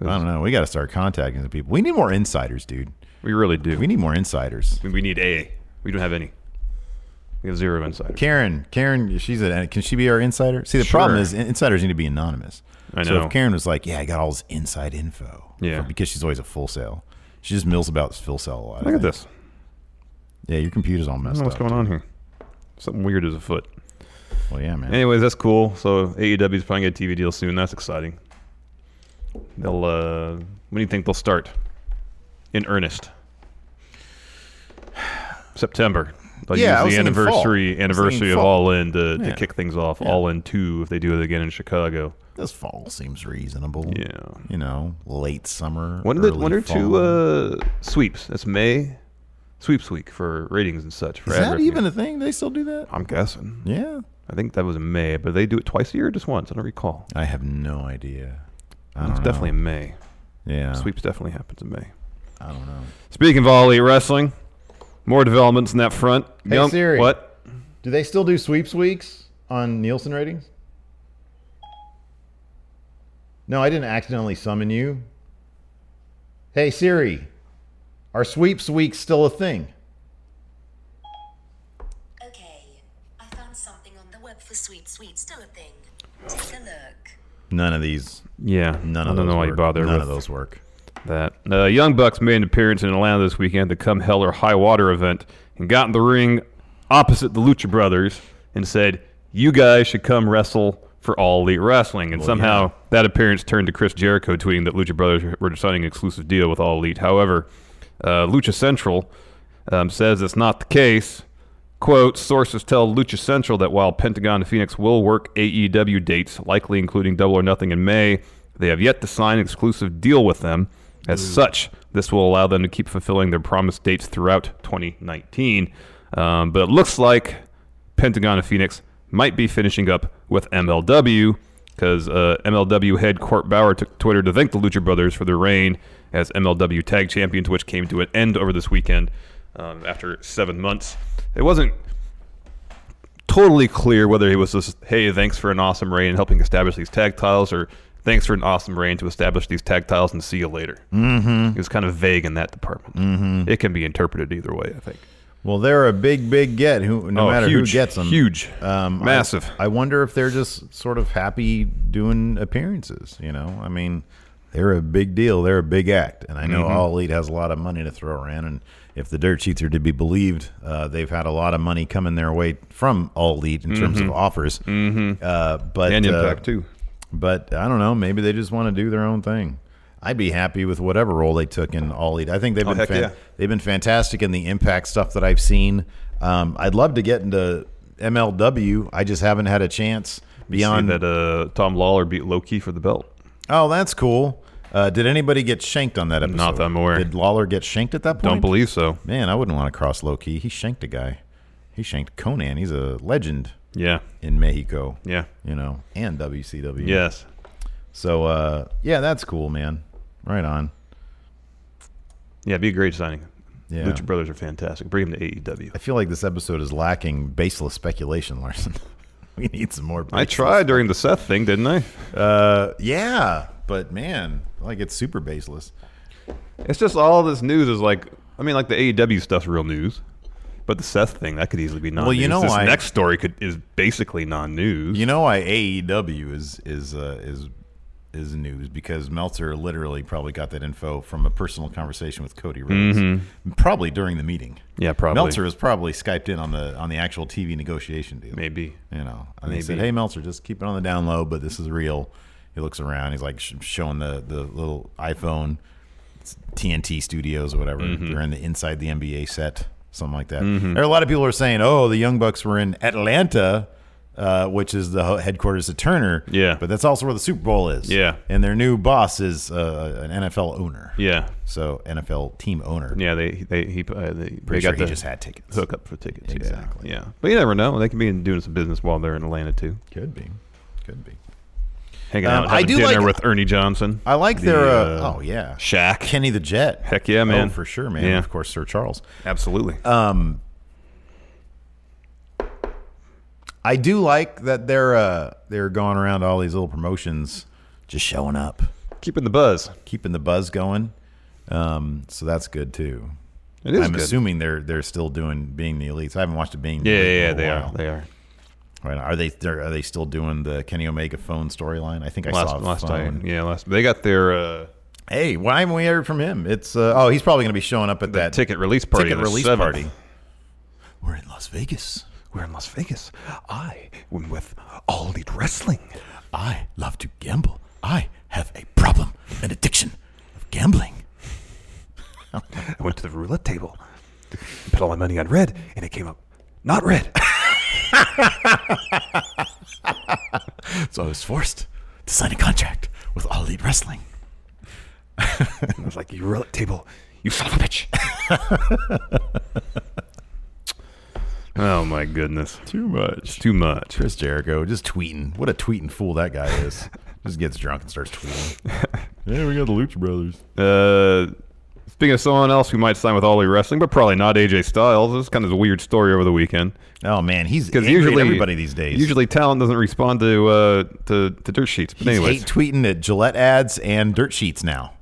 [SPEAKER 4] I don't know. We got to start contacting the people. We need more insiders, dude.
[SPEAKER 5] We really do.
[SPEAKER 4] We need more insiders.
[SPEAKER 5] We need AA. We don't have any. We have zero insiders.
[SPEAKER 4] Karen, Karen, she's a. Can she be our insider? See, the problem
[SPEAKER 5] Sure.
[SPEAKER 4] is in- insiders need to be anonymous.
[SPEAKER 5] I
[SPEAKER 4] So
[SPEAKER 5] know.
[SPEAKER 4] if Karen was like, "Yeah, I got all this inside info,"
[SPEAKER 5] Yeah.
[SPEAKER 4] for- because she's always a full sale. She just mills about full sale a lot. I
[SPEAKER 5] Look
[SPEAKER 4] think.
[SPEAKER 5] at this.
[SPEAKER 4] Yeah, your computer's all
[SPEAKER 5] I
[SPEAKER 4] messed
[SPEAKER 5] don't know what's
[SPEAKER 4] up.
[SPEAKER 5] going on here. Something weird is afoot.
[SPEAKER 4] Well, yeah, man.
[SPEAKER 5] Anyways, that's cool. So AEW is probably gonna get a TV deal soon. That's exciting. They'll. uh When do you think they'll start? In earnest. September. They'll
[SPEAKER 4] Yeah, I was
[SPEAKER 5] use the
[SPEAKER 4] thinking fall. I was
[SPEAKER 5] anniversary
[SPEAKER 4] thinking
[SPEAKER 5] anniversary of
[SPEAKER 4] fall.
[SPEAKER 5] All In to,
[SPEAKER 4] Yeah.
[SPEAKER 5] to kick things off. All In two if they do it again in Chicago.
[SPEAKER 4] This fall seems reasonable.
[SPEAKER 5] Yeah.
[SPEAKER 4] You know, late summer.
[SPEAKER 5] When are the
[SPEAKER 4] early
[SPEAKER 5] when are two
[SPEAKER 4] fall.
[SPEAKER 5] uh, sweeps? That's May sweeps week for ratings and such. For
[SPEAKER 4] Is
[SPEAKER 5] ad
[SPEAKER 4] that
[SPEAKER 5] revenue.
[SPEAKER 4] even a thing? They still do that?
[SPEAKER 5] I'm guessing.
[SPEAKER 4] Yeah.
[SPEAKER 5] I think that was in May, but they do it twice a year, or just once. I don't recall.
[SPEAKER 4] I have no idea. I
[SPEAKER 5] It's
[SPEAKER 4] don't
[SPEAKER 5] definitely
[SPEAKER 4] know.
[SPEAKER 5] in May.
[SPEAKER 4] yeah.
[SPEAKER 5] Sweeps definitely happens in May.
[SPEAKER 4] I don't know.
[SPEAKER 5] Speaking of all elite wrestling, more developments in that front.
[SPEAKER 4] Hey, Siri.
[SPEAKER 5] What?
[SPEAKER 4] Do they still do sweeps weeks on Nielsen ratings? No, I didn't accidentally summon you. Hey Siri, are sweeps weeks still a thing?
[SPEAKER 6] Okay, I found something on the web for sweet sweet still a thing. Take a look.
[SPEAKER 4] None of these.
[SPEAKER 5] Yeah.
[SPEAKER 4] None
[SPEAKER 5] I
[SPEAKER 4] of
[SPEAKER 5] don't
[SPEAKER 4] those
[SPEAKER 5] know why
[SPEAKER 4] work.
[SPEAKER 5] you bother
[SPEAKER 4] None
[SPEAKER 5] with
[SPEAKER 4] of those work.
[SPEAKER 5] that. Uh, Young Bucks made an appearance in Atlanta this weekend at the Come Hell or High Water event and got in the ring opposite the Lucha Brothers and said, You guys should come wrestle for All Elite Wrestling. And somehow that appearance turned to Chris Jericho tweeting that Lucha Brothers were signing an exclusive deal with All Elite. However, uh, Lucha Central um, says it's not the case. Quote, sources tell Lucha Central that while Pentagon and Phoenix will work AEW dates, likely including Double or Nothing in May, they have yet to sign an exclusive deal with them. As such, this will allow them to keep fulfilling their promised dates throughout 2019. Um, but it looks like Pentagon and Phoenix might be finishing up with MLW because uh, MLW head Court Bauer took Twitter to thank the Lucha Brothers for their reign as MLW Tag Champions, which came to an end over this weekend um, after seven months. It wasn't totally clear whether it was just, hey, thanks for an awesome reign helping establish these tag titles, or thanks for an awesome reign to establish these tag titles and see you later. Mm-hmm. It was kind of vague in that department. Mm-hmm. It can be interpreted either way, I think.
[SPEAKER 4] Well, they're a big, big get. Who, no
[SPEAKER 5] Oh,
[SPEAKER 4] matter
[SPEAKER 5] huge,
[SPEAKER 4] who gets them,
[SPEAKER 5] huge,
[SPEAKER 4] I-
[SPEAKER 5] massive.
[SPEAKER 4] I, wonder if they're just sort of happy doing appearances. You know, I mean, they're a big deal. They're a big act, and I know
[SPEAKER 5] Mm-hmm.
[SPEAKER 4] All Elite has a lot of money to throw around. And if the dirt sheets are to be believed, uh, they've had a lot of money coming their way from All Elite in terms of offers. Mm-hmm. Uh, but
[SPEAKER 5] And
[SPEAKER 4] uh,
[SPEAKER 5] Impact, too.
[SPEAKER 4] but I don't know. Maybe they just want to do their own thing. I'd be happy with whatever role they took in All Elite. I think they've been
[SPEAKER 5] Oh, heck
[SPEAKER 4] fan-
[SPEAKER 5] yeah.
[SPEAKER 4] they've been fantastic in the Impact stuff that I've seen. Um, I'd love to get into MLW. I just haven't had a chance beyond.
[SPEAKER 5] See that uh, Tom Lawler beat Loki for the belt.
[SPEAKER 4] Oh, that's cool. Uh, did anybody get shanked on that episode?
[SPEAKER 5] Not that I'm aware.
[SPEAKER 4] Did Lawler get shanked at that point?
[SPEAKER 5] Don't believe so.
[SPEAKER 4] Man, I wouldn't want to cross low key. He shanked a guy. He shanked Conan. He's a legend
[SPEAKER 5] Yeah.
[SPEAKER 4] in Mexico.
[SPEAKER 5] Yeah.
[SPEAKER 4] You know, and WCW.
[SPEAKER 5] Yes.
[SPEAKER 4] So uh, yeah, that's cool, man. Right on.
[SPEAKER 5] Yeah, be a great signing.
[SPEAKER 4] Yeah.
[SPEAKER 5] Lucha Brothers are fantastic. Bring them to E AEW.
[SPEAKER 4] I feel like this episode is lacking baseless speculation, Larson. we need some more.
[SPEAKER 5] I
[SPEAKER 4] baseless-
[SPEAKER 5] tried during the Seth thing, didn't I?
[SPEAKER 4] Uh, yeah, but man, like it's super baseless.
[SPEAKER 5] It's just all this news is like, I mean, like the AEW stuff's real news, but the Seth thing that could easily be non.
[SPEAKER 4] Well, you know
[SPEAKER 5] this
[SPEAKER 4] why-
[SPEAKER 5] next
[SPEAKER 4] E
[SPEAKER 5] story could is basically non-news.
[SPEAKER 4] You know why AEW is is uh, is is news because Meltzer literally probably got that info from a personal conversation with Cody Rhodes, probably during the meeting.
[SPEAKER 5] Mm-hmm. Yeah, probably.
[SPEAKER 4] Meltzer was probably skyped in on the on the actual TV negotiation deal.
[SPEAKER 5] Maybe.
[SPEAKER 4] you know, and they
[SPEAKER 5] Maybe.
[SPEAKER 4] said, "Hey, Meltzer, just keep it on the down low, but this is real." He looks around. He's like sh- showing the the little iPhone it's TNT Studios or whatever.
[SPEAKER 5] Mm-hmm.
[SPEAKER 4] They're in the inside the NBA set, something like that. There are a lot of people who are saying, "Oh, the Young Bucks were in Atlanta." Uh, which is the ho- headquarters of Turner.
[SPEAKER 5] Yeah.
[SPEAKER 4] But that's also where the Super Bowl is.
[SPEAKER 5] Yeah.
[SPEAKER 4] And their new boss is uh, an NFL owner.
[SPEAKER 5] Yeah.
[SPEAKER 4] So, NFL team owner.
[SPEAKER 5] Yeah, they they he uh, they, they
[SPEAKER 4] Pretty
[SPEAKER 5] got
[SPEAKER 4] sure he
[SPEAKER 5] the
[SPEAKER 4] just had tickets.
[SPEAKER 5] hook up for tickets. yeah,
[SPEAKER 4] Exactly.
[SPEAKER 5] Yeah, but you never know. They could be doing some business while they're in Atlanta too.
[SPEAKER 4] Could be. Could be.
[SPEAKER 5] Hanging
[SPEAKER 4] Um,
[SPEAKER 5] out, and
[SPEAKER 4] I
[SPEAKER 5] having
[SPEAKER 4] do
[SPEAKER 5] dinner
[SPEAKER 4] like-
[SPEAKER 5] with Ernie Johnson.
[SPEAKER 4] I like
[SPEAKER 5] the,
[SPEAKER 4] their. Uh, oh, yeah.
[SPEAKER 5] Shaq.
[SPEAKER 4] Kenny the Jet.
[SPEAKER 5] Heck yeah, man.
[SPEAKER 4] Oh, for sure, man.
[SPEAKER 5] Yeah.
[SPEAKER 4] Of course, Sir Charles.
[SPEAKER 5] Absolutely.
[SPEAKER 4] I do like that they're uh, they're going around to all these little promotions, just showing up,
[SPEAKER 5] Keeping the buzz.
[SPEAKER 4] keeping the buzz going. Um, so that's good too.
[SPEAKER 5] It is
[SPEAKER 4] I'm
[SPEAKER 5] good.
[SPEAKER 4] assuming they're they're still doing being the elites. I haven't watched it being. the
[SPEAKER 5] Yeah,
[SPEAKER 4] Elite
[SPEAKER 5] yeah,
[SPEAKER 4] in a
[SPEAKER 5] yeah they
[SPEAKER 4] while.
[SPEAKER 5] are. They are.
[SPEAKER 4] Right. Are they they're- are they still doing the Kenny Omega phone storyline? I think I saw
[SPEAKER 5] Last
[SPEAKER 4] a
[SPEAKER 5] last
[SPEAKER 4] phone.
[SPEAKER 5] time. Yeah, last they got their uh,
[SPEAKER 4] Hey, why haven't we heard from him? It's uh, oh, he's probably going to be showing up at that
[SPEAKER 5] ticket release party.
[SPEAKER 4] ticket
[SPEAKER 5] on the
[SPEAKER 4] release
[SPEAKER 5] 7th.
[SPEAKER 4] party. We're in Las Vegas.
[SPEAKER 5] We're in Las Vegas. I am with All Elite Wrestling.
[SPEAKER 4] I love to gamble. I have a problem, an addiction of gambling.
[SPEAKER 5] I went to the roulette table, put all my money on red, and it came up not red.
[SPEAKER 4] So I was forced to sign a contract with All Elite Wrestling.
[SPEAKER 5] I was like, "You roulette table, you son of a bitch." oh my goodness,
[SPEAKER 4] Too much.
[SPEAKER 5] too much.
[SPEAKER 4] Chris Jericho just tweeting. What a tweeting fool that guy is. just gets drunk and starts tweeting. yeah, we got the Lucha Brothers.
[SPEAKER 5] Uh, speaking of someone else who might sign with All Elite Wrestling, but probably not AJ Styles. This is kind of a weird story over the weekend
[SPEAKER 4] Oh man, he's
[SPEAKER 5] because
[SPEAKER 4] angry at
[SPEAKER 5] usually
[SPEAKER 4] everybody these days.
[SPEAKER 5] usually talent doesn't respond to uh, to, to dirt sheets. But
[SPEAKER 4] he's
[SPEAKER 5] anyways,
[SPEAKER 4] hate tweeting at Gillette ads and dirt sheets now.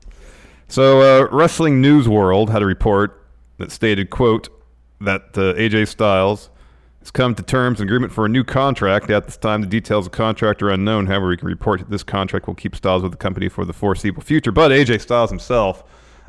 [SPEAKER 5] So, uh, Wrestling News World had a report that stated, quote, that uh, AJ Styles has come to terms and agreement for a new contract. At this time, the details of the contract are unknown. However, we can report that this contract will keep Styles with the company for the foreseeable future. But AJ Styles himself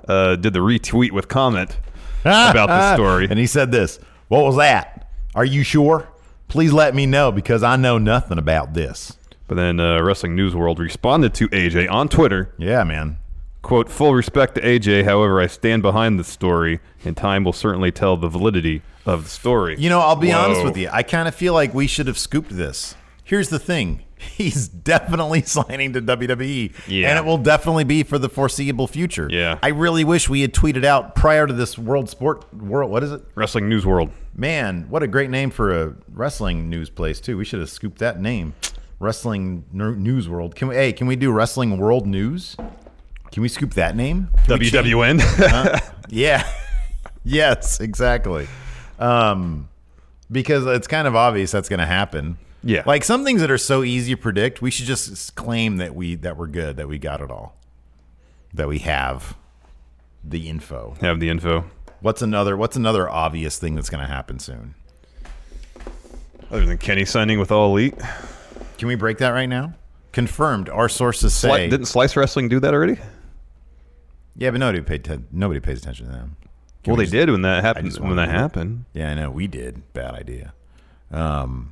[SPEAKER 5] uh, did the retweet with comment about this story.
[SPEAKER 4] Ah, and he said this. What was that? Are you sure? Please let me know because I know nothing about this.
[SPEAKER 5] but then uh, Wrestling News World responded to AJ on Twitter
[SPEAKER 4] Yeah, man.
[SPEAKER 5] Quote, full respect to AJ, however, I stand behind this story, and time will certainly tell the validity of the story.
[SPEAKER 4] You know, I'll be honest
[SPEAKER 5] Whoa.
[SPEAKER 4] with you. I kind of feel like we should have scooped this. Here's the thing. He's definitely signing to WWE.
[SPEAKER 5] Yeah.
[SPEAKER 4] And it will definitely be for the foreseeable future.
[SPEAKER 5] Yeah.
[SPEAKER 4] I really wish we had tweeted out prior to this World Sport World what is it?
[SPEAKER 5] Wrestling News World.
[SPEAKER 4] Man, what a great name for a wrestling news place too. We should have scooped that name. Wrestling Ner- News World. Can we hey, can we do Wrestling World News? Can we scoop that name? Can we change-
[SPEAKER 5] WWN.
[SPEAKER 4] Yeah. yes, exactly. Um, because it's kind of obvious that's going to happen.
[SPEAKER 5] Yeah.
[SPEAKER 4] Like some things that are so easy to predict, we should just s- claim that we that we're good, that we got it all, that we have the info.
[SPEAKER 5] Have the info.
[SPEAKER 4] What's another What's another obvious thing that's going to happen soon?
[SPEAKER 5] Other than Kenny signing with All Elite.
[SPEAKER 4] Can we break that right now? Confirmed. Our sources say.
[SPEAKER 5] Sli- didn't Slice Wrestling do that already?
[SPEAKER 4] yeah, but nobody paid. Ten, nobody pays attention to them.
[SPEAKER 5] well, they did when that happened.
[SPEAKER 4] just
[SPEAKER 5] When
[SPEAKER 4] wanna
[SPEAKER 5] that
[SPEAKER 4] know.
[SPEAKER 5] happened,
[SPEAKER 4] Yeah, I know we did. Bad idea. Um,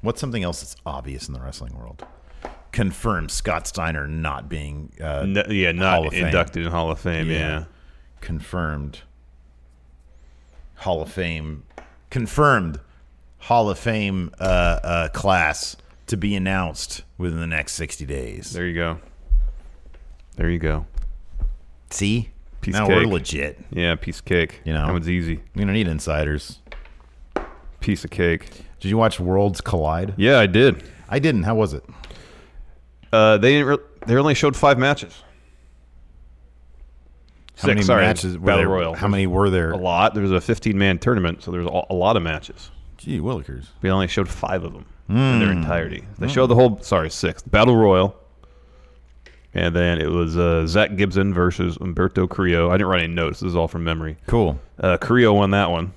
[SPEAKER 4] what's something else that's obvious in the wrestling world? Confirmed Scott Steiner not being uh,
[SPEAKER 5] No- yeah,
[SPEAKER 4] Hall
[SPEAKER 5] not
[SPEAKER 4] of Fame.
[SPEAKER 5] inducted in Hall of Fame. Yeah.
[SPEAKER 4] confirmed Hall of Fame confirmed Hall of Fame uh, uh, class to be announced within the next sixty days.
[SPEAKER 5] there you go. There you go.
[SPEAKER 4] See,
[SPEAKER 5] Piece
[SPEAKER 4] now
[SPEAKER 5] of
[SPEAKER 4] we're
[SPEAKER 5] cake.
[SPEAKER 4] legit.
[SPEAKER 5] Yeah, piece of cake.
[SPEAKER 4] You know.
[SPEAKER 5] that one's easy.
[SPEAKER 4] We don't need insiders.
[SPEAKER 5] Piece of cake.
[SPEAKER 4] Did you watch Worlds Collide?
[SPEAKER 5] Yeah, I did.
[SPEAKER 4] I didn't. How was it?
[SPEAKER 5] Uh, they didn't. Re- they only showed five matches.
[SPEAKER 4] How many
[SPEAKER 5] sorry,
[SPEAKER 4] matches were
[SPEAKER 5] Battle
[SPEAKER 4] there?
[SPEAKER 5] Royal.
[SPEAKER 4] How many were there?
[SPEAKER 5] A lot. There was a 15-man tournament, so there was a, a lot of matches.
[SPEAKER 4] Gee, Willikers.
[SPEAKER 5] They only showed five of them in their entirety. They showed the whole, sorry, six. Battle Royal. And then it was uh, Zach Gibson versus Umberto Carrillo. I didn't write any notes. This is all from memory.
[SPEAKER 4] Cool.
[SPEAKER 5] Uh, Carrillo won that one.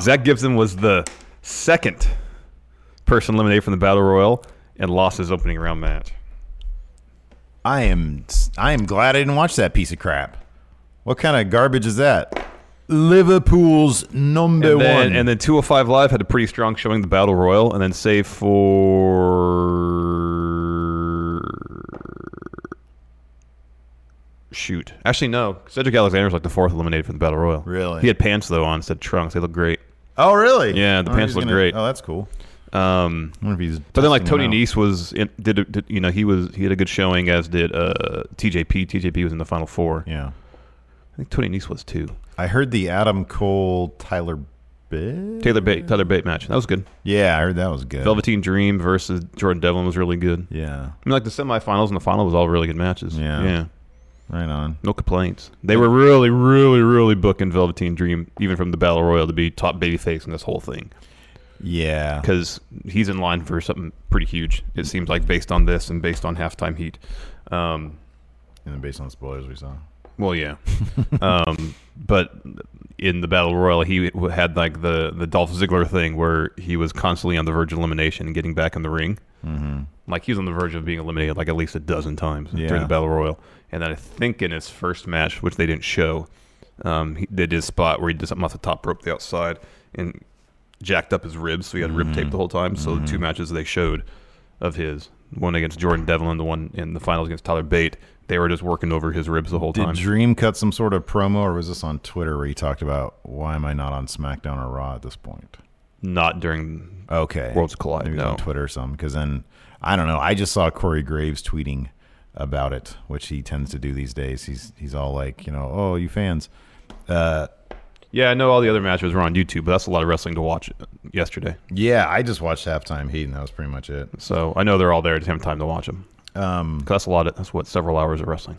[SPEAKER 5] Zach Gibson was the second person eliminated from the Battle Royal and lost his opening round match.
[SPEAKER 4] I am I am glad I didn't watch that piece of crap. What kind of garbage is that? Liverpool's number
[SPEAKER 5] And then,
[SPEAKER 4] one.
[SPEAKER 5] and then 205 Live had a pretty strong showing, the Battle Royal, and then save for. Shoot. Actually, no. Cedric Alexander was like the fourth eliminated from the Battle Royal.
[SPEAKER 4] Really?
[SPEAKER 5] He had pants, though, on instead of trunks. They look great.
[SPEAKER 4] oh, really?
[SPEAKER 5] Yeah, the
[SPEAKER 4] Oh,
[SPEAKER 5] pants
[SPEAKER 4] he's
[SPEAKER 5] look
[SPEAKER 4] gonna-
[SPEAKER 5] great.
[SPEAKER 4] Oh, that's cool.
[SPEAKER 5] Um,
[SPEAKER 4] I wonder if he's
[SPEAKER 5] but then, like, Tony
[SPEAKER 4] testing them out.
[SPEAKER 5] Nese was, in, did, a- did, you know, he was, he had a good showing, as did uh, TJP. TJP was in the final four.
[SPEAKER 4] Yeah,
[SPEAKER 5] I think Tony Nese was, too.
[SPEAKER 4] I heard the Adam Cole Tyler Bit.
[SPEAKER 5] Taylor Bate, Tyler Bate match. That was good.
[SPEAKER 4] Yeah, I heard that was good.
[SPEAKER 5] Velveteen Dream versus Jordan Devlin was really good.
[SPEAKER 4] Yeah,
[SPEAKER 5] I mean, like the semifinals and the final was all really good matches.
[SPEAKER 4] Yeah. right on.
[SPEAKER 5] No complaints. They were really, really, really booking Velveteen Dream, even from the Battle Royal, to be top babyface in this whole thing.
[SPEAKER 4] Yeah,
[SPEAKER 5] Because he's in line for something pretty huge, it seems like, based on this and based on halftime heat. Um,
[SPEAKER 4] and then based on the spoilers we saw.
[SPEAKER 5] well, yeah. um, but in the Battle Royal, he w- had like the, the Dolph Ziggler thing where he was constantly on the verge of elimination and getting back in the ring. Like he was on the verge of being eliminated like at least a dozen times
[SPEAKER 4] Mm-hmm. Yeah.
[SPEAKER 5] during the battle royal, and then I think in his first match, which they didn't show, um, he, they did a spot where he did something off the top rope, the outside, and jacked up his ribs, so he had rib
[SPEAKER 4] Mm-hmm.
[SPEAKER 5] tape the whole time. So the two matches they showed of his, one against Jordan Devlin, the one in the finals against Tyler Bate, they were just working over his ribs the whole
[SPEAKER 4] Did
[SPEAKER 5] time.
[SPEAKER 4] Dream cut some sort of promo, or was this on Twitter where he talked about why am I not on SmackDown or Raw at this point?
[SPEAKER 5] Not during
[SPEAKER 4] Okay,
[SPEAKER 5] Worlds Collide.
[SPEAKER 4] Maybe it was
[SPEAKER 5] no.
[SPEAKER 4] on Twitter or something. Because then I don't know. I just saw Corey Graves tweeting about it, which he tends to do these days. He's he's all like, you know, oh, you fans.
[SPEAKER 5] Yeah, I know all the other matches were on YouTube, but that's a lot of wrestling to watch yesterday.
[SPEAKER 4] Yeah, I just watched halftime heat, and that was pretty much it.
[SPEAKER 5] So I know they're all there. Just haven't time to watch them. Um, that's a lot. Of, that's what several hours of wrestling.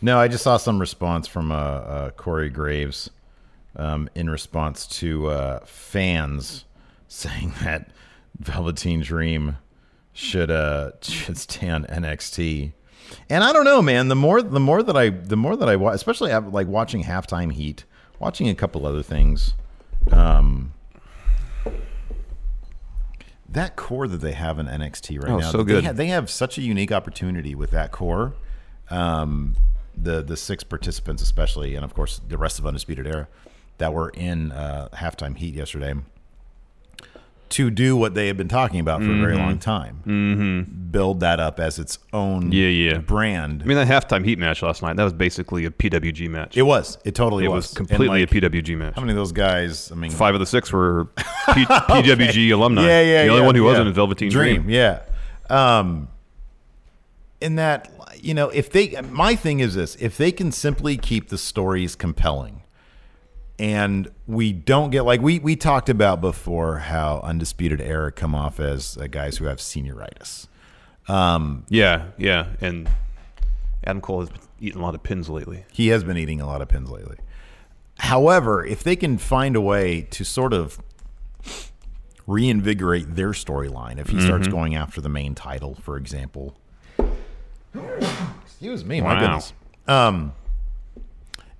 [SPEAKER 4] No, I just saw some response from uh, uh, Corey Graves um, in response to uh, fans saying that Velveteen Dream should uh, should stay on NXT. And I don't know, man. The more the more that I the more that I watch, especially uh, like watching halftime heat, watching a couple other things. Um, that core that they have in NXT right
[SPEAKER 5] Oh,
[SPEAKER 4] now,
[SPEAKER 5] so
[SPEAKER 4] they
[SPEAKER 5] good.
[SPEAKER 4] ha- they have such a unique opportunity with that core um, the the six participants, especially, and of course the rest of Undisputed Era that were in uh, halftime heat yesterday, to do what they had been talking about for a very
[SPEAKER 5] Mm-hmm.
[SPEAKER 4] long time, build that up as its own
[SPEAKER 5] Yeah, yeah.
[SPEAKER 4] brand.
[SPEAKER 5] I mean, that halftime heat match last night that was basically a PWG match.
[SPEAKER 4] it was. It totally
[SPEAKER 5] It
[SPEAKER 4] was,
[SPEAKER 5] was
[SPEAKER 4] And,
[SPEAKER 5] completely
[SPEAKER 4] like,
[SPEAKER 5] a PWG match.
[SPEAKER 4] How many of those guys? I mean,
[SPEAKER 5] Five of the six were P- PWG alumni.
[SPEAKER 4] Yeah, yeah.
[SPEAKER 5] The only
[SPEAKER 4] yeah,
[SPEAKER 5] one who
[SPEAKER 4] yeah.
[SPEAKER 5] wasn't is Velveteen Dream.
[SPEAKER 4] Yeah. Um, in that, you know, if they, my thing is this: if they can simply keep the stories compelling, and we don't get like we we talked about before how undisputed era come off as uh, guys who have senioritis.
[SPEAKER 5] Yeah, yeah. And Adam Cole has been eating a lot of pins lately.
[SPEAKER 4] He has been eating a lot of pins lately. However, if they can find a way to sort of reinvigorate their storyline, if he starts going after the main title, for example. Excuse me, my
[SPEAKER 5] Wow.
[SPEAKER 4] goodness. Um,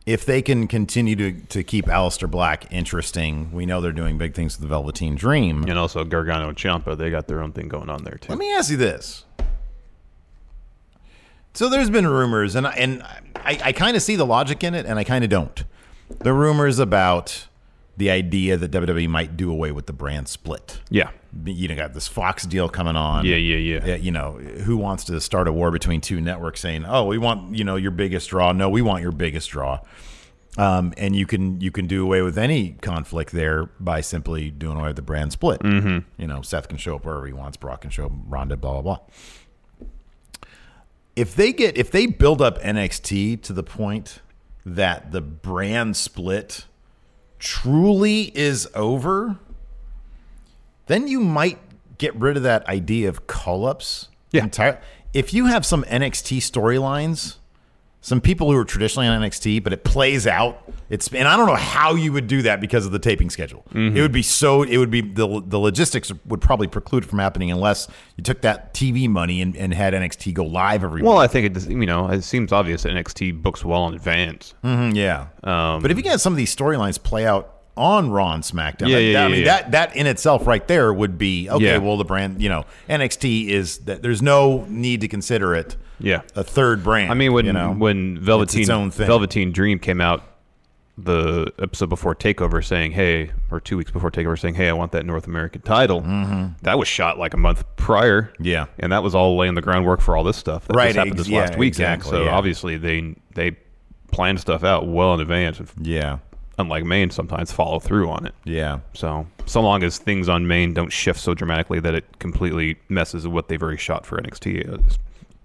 [SPEAKER 4] if they can continue to, to keep Alistair Black interesting, we know they're doing big things with the Velveteen Dream.
[SPEAKER 5] And also Gargano and Ciampa, they got their own thing going on there too.
[SPEAKER 4] Let me ask you this. So there's been rumors, and I, and I, I kind of see the logic in it, and I kind of don't. The rumors about the idea that WWE might do away with the brand split.
[SPEAKER 5] Yeah.
[SPEAKER 4] You know, got this Fox deal coming on.
[SPEAKER 5] Yeah, yeah, yeah.
[SPEAKER 4] You know, who wants to start a war between two networks saying, "Oh, we want, you know, your biggest draw." No, we want your biggest draw. Um, and you can you can do away with any conflict there by simply doing away with the brand split.
[SPEAKER 5] Mhm.
[SPEAKER 4] You know, Seth can show up wherever he wants, Brock can show up, Ronda, blah blah blah. If they get if they build up NXT to the point that the brand split truly is over, then you might get rid of that idea of call ups. Yeah. if you have some NXT storylines, some people who are traditionally on NXT, but it plays out. It's and I don't know how you would do that because of the taping schedule.
[SPEAKER 5] Mhm.
[SPEAKER 4] It would be so. It would be the the logistics would probably preclude it from happening unless you took that TV money and, and had NXT go live every.
[SPEAKER 5] Well, I think it. just- You know, it seems obvious that NXT books well in advance.
[SPEAKER 4] Mhm, yeah.
[SPEAKER 5] Um,
[SPEAKER 4] But if you get some of these storylines play out on Raw and SmackDown,
[SPEAKER 5] Yeah,
[SPEAKER 4] that-
[SPEAKER 5] yeah,
[SPEAKER 4] that- I
[SPEAKER 5] yeah,
[SPEAKER 4] mean
[SPEAKER 5] yeah.
[SPEAKER 4] that that in itself right there would be okay.
[SPEAKER 5] Yeah.
[SPEAKER 4] Well, the brand, you know, NXT is that there's no need to consider it.
[SPEAKER 5] Yeah.
[SPEAKER 4] a third brand.
[SPEAKER 5] I mean, when
[SPEAKER 4] Mm, you know?
[SPEAKER 5] when
[SPEAKER 4] It's
[SPEAKER 5] Velveteen
[SPEAKER 4] its own thing.
[SPEAKER 5] Velveteen Dream came out the episode before Takeover, saying, "Hey," or two weeks before Takeover, saying, "Hey, I want that North American title."
[SPEAKER 4] Mhm.
[SPEAKER 5] That was shot like a month prior.
[SPEAKER 4] Yeah,
[SPEAKER 5] and that was all laying the groundwork for all this stuff that
[SPEAKER 4] Right,
[SPEAKER 5] just happened this
[SPEAKER 4] ex- yeah,
[SPEAKER 5] last weekend.
[SPEAKER 4] exactly,
[SPEAKER 5] so
[SPEAKER 4] yeah.
[SPEAKER 5] obviously they they plan stuff out well in advance. And
[SPEAKER 4] yeah,
[SPEAKER 5] unlike Maine, sometimes follow through on it.
[SPEAKER 4] Yeah.
[SPEAKER 5] So so long as things on Maine don't shift so dramatically that it completely messes with what they've already shot for NXT. uh,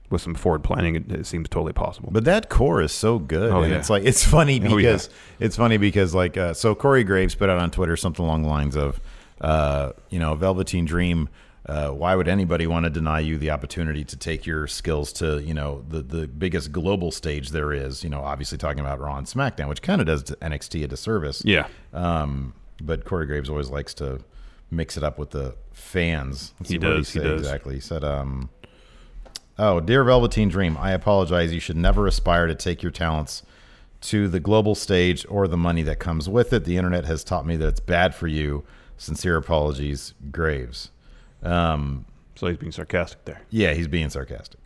[SPEAKER 5] With some forward planning, it, it seems totally possible.
[SPEAKER 4] But that core is so good.
[SPEAKER 5] Oh,
[SPEAKER 4] and
[SPEAKER 5] yeah.
[SPEAKER 4] It's like it's funny
[SPEAKER 5] Oh, yeah.
[SPEAKER 4] because it's funny because like uh, so Corey Graves put out on Twitter something along the lines of, uh, you know, Velveteen Dream. Uh, why would anybody want to deny you the opportunity to take your skills to you know the the biggest global stage there is? You know, obviously talking about Raw and SmackDown, which kind of does NXT a disservice.
[SPEAKER 5] Yeah.
[SPEAKER 4] Um, but Corey Graves always likes to mix it up with the fans. Let's
[SPEAKER 5] He
[SPEAKER 4] see what
[SPEAKER 5] does, he
[SPEAKER 4] said
[SPEAKER 5] does.
[SPEAKER 4] Exactly. He said, um, Oh, dear Velveteen Dream, I apologize. You should never aspire to take your talents to the global stage or the money that comes with it. The internet has taught me that it's bad for you. Sincere apologies, Graves. Um,
[SPEAKER 5] so he's being sarcastic there.
[SPEAKER 4] Yeah, he's being sarcastic.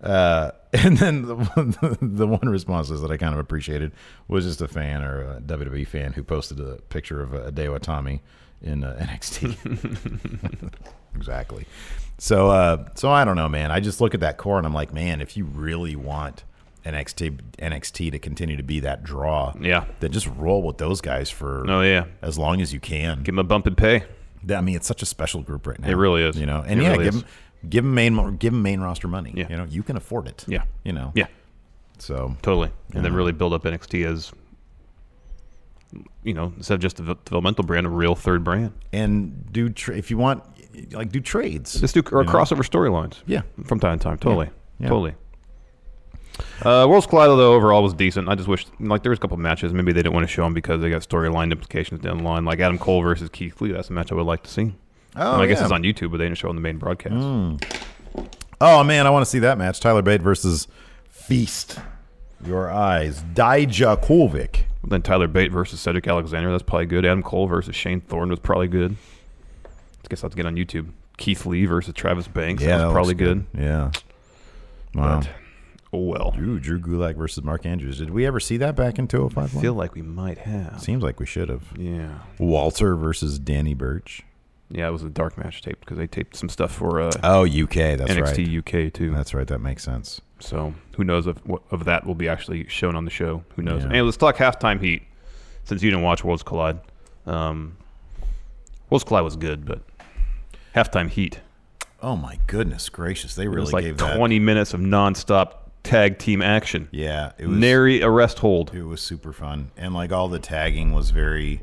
[SPEAKER 4] Uh, and then the one, the one response is that I kind of appreciated was just a fan or a WWE fan who posted a picture of uh, Hideo Itami in uh, NXT. exactly. So, uh, so I don't know, man. I just look at that core and I'm like, man, if you really want NXT NXT to continue to be that draw,
[SPEAKER 5] Yeah.
[SPEAKER 4] then just roll with those guys for
[SPEAKER 5] Oh, yeah.
[SPEAKER 4] as long as you can. Give
[SPEAKER 5] them a bump in pay.
[SPEAKER 4] I mean, it's such a special group right now.
[SPEAKER 5] It really is.
[SPEAKER 4] You know, and
[SPEAKER 5] It
[SPEAKER 4] yeah,
[SPEAKER 5] really
[SPEAKER 4] give
[SPEAKER 5] is.
[SPEAKER 4] them give them main give them main roster money. Yeah. You know, you can afford it.
[SPEAKER 5] Yeah.
[SPEAKER 4] You know.
[SPEAKER 5] Yeah.
[SPEAKER 4] So
[SPEAKER 5] totally, and then
[SPEAKER 4] Yeah.
[SPEAKER 5] really build up NXT as you know instead of just a devel- developmental brand, a real third brand.
[SPEAKER 4] And do tra- if you want, like do trades.
[SPEAKER 5] Just do or
[SPEAKER 4] you know?
[SPEAKER 5] crossover storylines.
[SPEAKER 4] Yeah.
[SPEAKER 5] from time to time. Totally,
[SPEAKER 4] Yeah.
[SPEAKER 5] totally. Uh, Worlds Collide though overall was decent. I just wish like there was a couple matches maybe they didn't want to show them because they got storyline implications down the line. Like Adam Cole versus Keith Lee. That's a match I would like to see.
[SPEAKER 4] Oh,
[SPEAKER 5] And I guess
[SPEAKER 4] yeah. Hmm.
[SPEAKER 5] it's on YouTube, but they didn't show it on the main broadcast.
[SPEAKER 4] Oh man, I want to see that match. Tyler Bate versus Feast. Your eyes, Dijakovic.
[SPEAKER 5] Then Tyler Bate versus Cedric Alexander. That's probably good. Adam Cole versus Shane Thorne was probably good. I guess I'll have to get on YouTube. Keith Lee versus Travis Banks.
[SPEAKER 4] Yeah,
[SPEAKER 5] that
[SPEAKER 4] that
[SPEAKER 5] was probably
[SPEAKER 4] looks good.
[SPEAKER 5] good.
[SPEAKER 4] Yeah. Wow.
[SPEAKER 5] oh well.
[SPEAKER 4] Drew, Drew Gulak versus Mark Andrews. Did we ever see that back in 205?
[SPEAKER 5] I feel like we might have.
[SPEAKER 4] Seems like we should have.
[SPEAKER 5] Yeah.
[SPEAKER 4] Walter versus Danny Birch.
[SPEAKER 5] Yeah, it was a dark match tape because they taped some stuff for uh,
[SPEAKER 4] Oh, UK. That's
[SPEAKER 5] NXT
[SPEAKER 4] right.
[SPEAKER 5] UK too.
[SPEAKER 4] That's right. That makes sense.
[SPEAKER 5] So who knows if what of that will be actually shown on the show? Who knows?
[SPEAKER 4] Yeah.
[SPEAKER 5] Hey, let's talk halftime heat since you didn't watch Worlds Collide. Um, Worlds Collide was good, but halftime heat.
[SPEAKER 4] Oh my goodness gracious! They
[SPEAKER 5] it
[SPEAKER 4] really
[SPEAKER 5] was like
[SPEAKER 4] gave that.
[SPEAKER 5] 20 minutes of nonstop tag team action.
[SPEAKER 4] Yeah, it
[SPEAKER 5] it
[SPEAKER 4] was-
[SPEAKER 5] was, nary a rest hold.
[SPEAKER 4] It was super fun, and like all the tagging was very.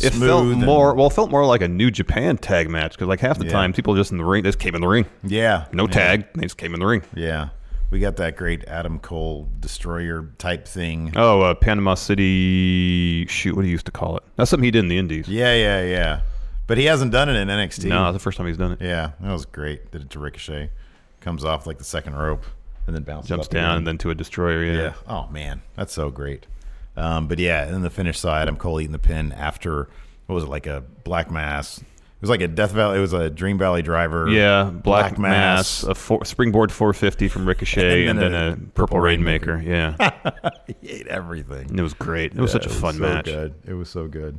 [SPEAKER 5] It
[SPEAKER 4] smooth
[SPEAKER 5] felt
[SPEAKER 4] and-
[SPEAKER 5] more well, it felt more like a New Japan tag match because like half the
[SPEAKER 4] Yeah.
[SPEAKER 5] time people just in the ring, they just came in the ring.
[SPEAKER 4] Yeah,
[SPEAKER 5] no
[SPEAKER 4] yeah.
[SPEAKER 5] tag, they just came in the ring.
[SPEAKER 4] Yeah, we got that great Adam Cole destroyer type thing.
[SPEAKER 5] Oh, uh, Panama City. Shoot, what do you used to call it? That's something he did in the Indies.
[SPEAKER 4] Yeah, yeah, yeah. But he hasn't done it in NXT.
[SPEAKER 5] No, that's the first time he's done it.
[SPEAKER 4] Yeah, that was great. Did it to Ricochet. Comes off like the second rope, and then bounces.
[SPEAKER 5] Jumps
[SPEAKER 4] up
[SPEAKER 5] down
[SPEAKER 4] again.
[SPEAKER 5] and then to a destroyer. Yeah.
[SPEAKER 4] Yeah. Oh man, that's so great. Um, but yeah, and then the finish side, I'm Cole eating the pin after what was it like a black mass? It was like a Death Valley. It was a Dream Valley driver.
[SPEAKER 5] Yeah, black, mass, a four, springboard 450 from Ricochet, and then, a, purple rainmaker. Yeah,
[SPEAKER 4] he ate everything.
[SPEAKER 5] And it was great. It was such a fun
[SPEAKER 4] so
[SPEAKER 5] match.
[SPEAKER 4] Good. It was so good.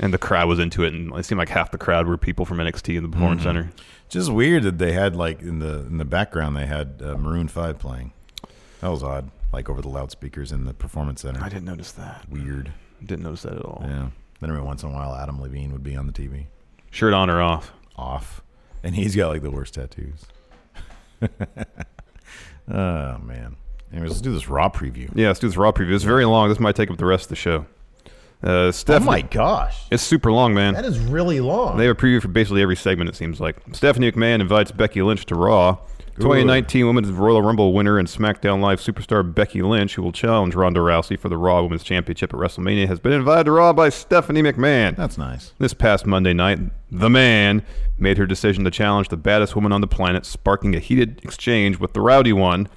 [SPEAKER 5] and the crowd was into it, and it seemed like half the crowd were people from NXT and the Performance
[SPEAKER 4] Mhm.
[SPEAKER 5] Center.
[SPEAKER 4] Just weird that they had like in the in the background they had uh, Maroon Five playing. That was odd. Like over the loudspeakers in the performance center. I
[SPEAKER 5] didn't notice that.
[SPEAKER 4] Weird.
[SPEAKER 5] Didn't notice that at all.
[SPEAKER 4] Yeah. Then every once in a while, Adam Levine would be on the TV.
[SPEAKER 5] Shirt on or off?
[SPEAKER 4] Off. And he's got like the worst tattoos. oh man. Anyways, let's do this raw preview.
[SPEAKER 5] Yeah, let's do this raw preview. It's very long. This might take up the rest of the show. Uh, Stephanie,
[SPEAKER 4] my gosh.
[SPEAKER 5] it's super long, man.
[SPEAKER 4] That is really long.
[SPEAKER 5] They have a preview for basically every segment, it seems like. Stephanie McMahon invites Becky Lynch to Raw. 2019 Women's Royal Rumble winner and SmackDown Live superstar Becky Lynch, who will challenge Ronda Rousey for the Raw Women's Championship at WrestleMania, has been invited to Raw by Stephanie McMahon.
[SPEAKER 4] That's nice.
[SPEAKER 5] This past Monday night, the man made her decision to challenge the baddest woman on the planet, sparking a heated exchange with the rowdy one.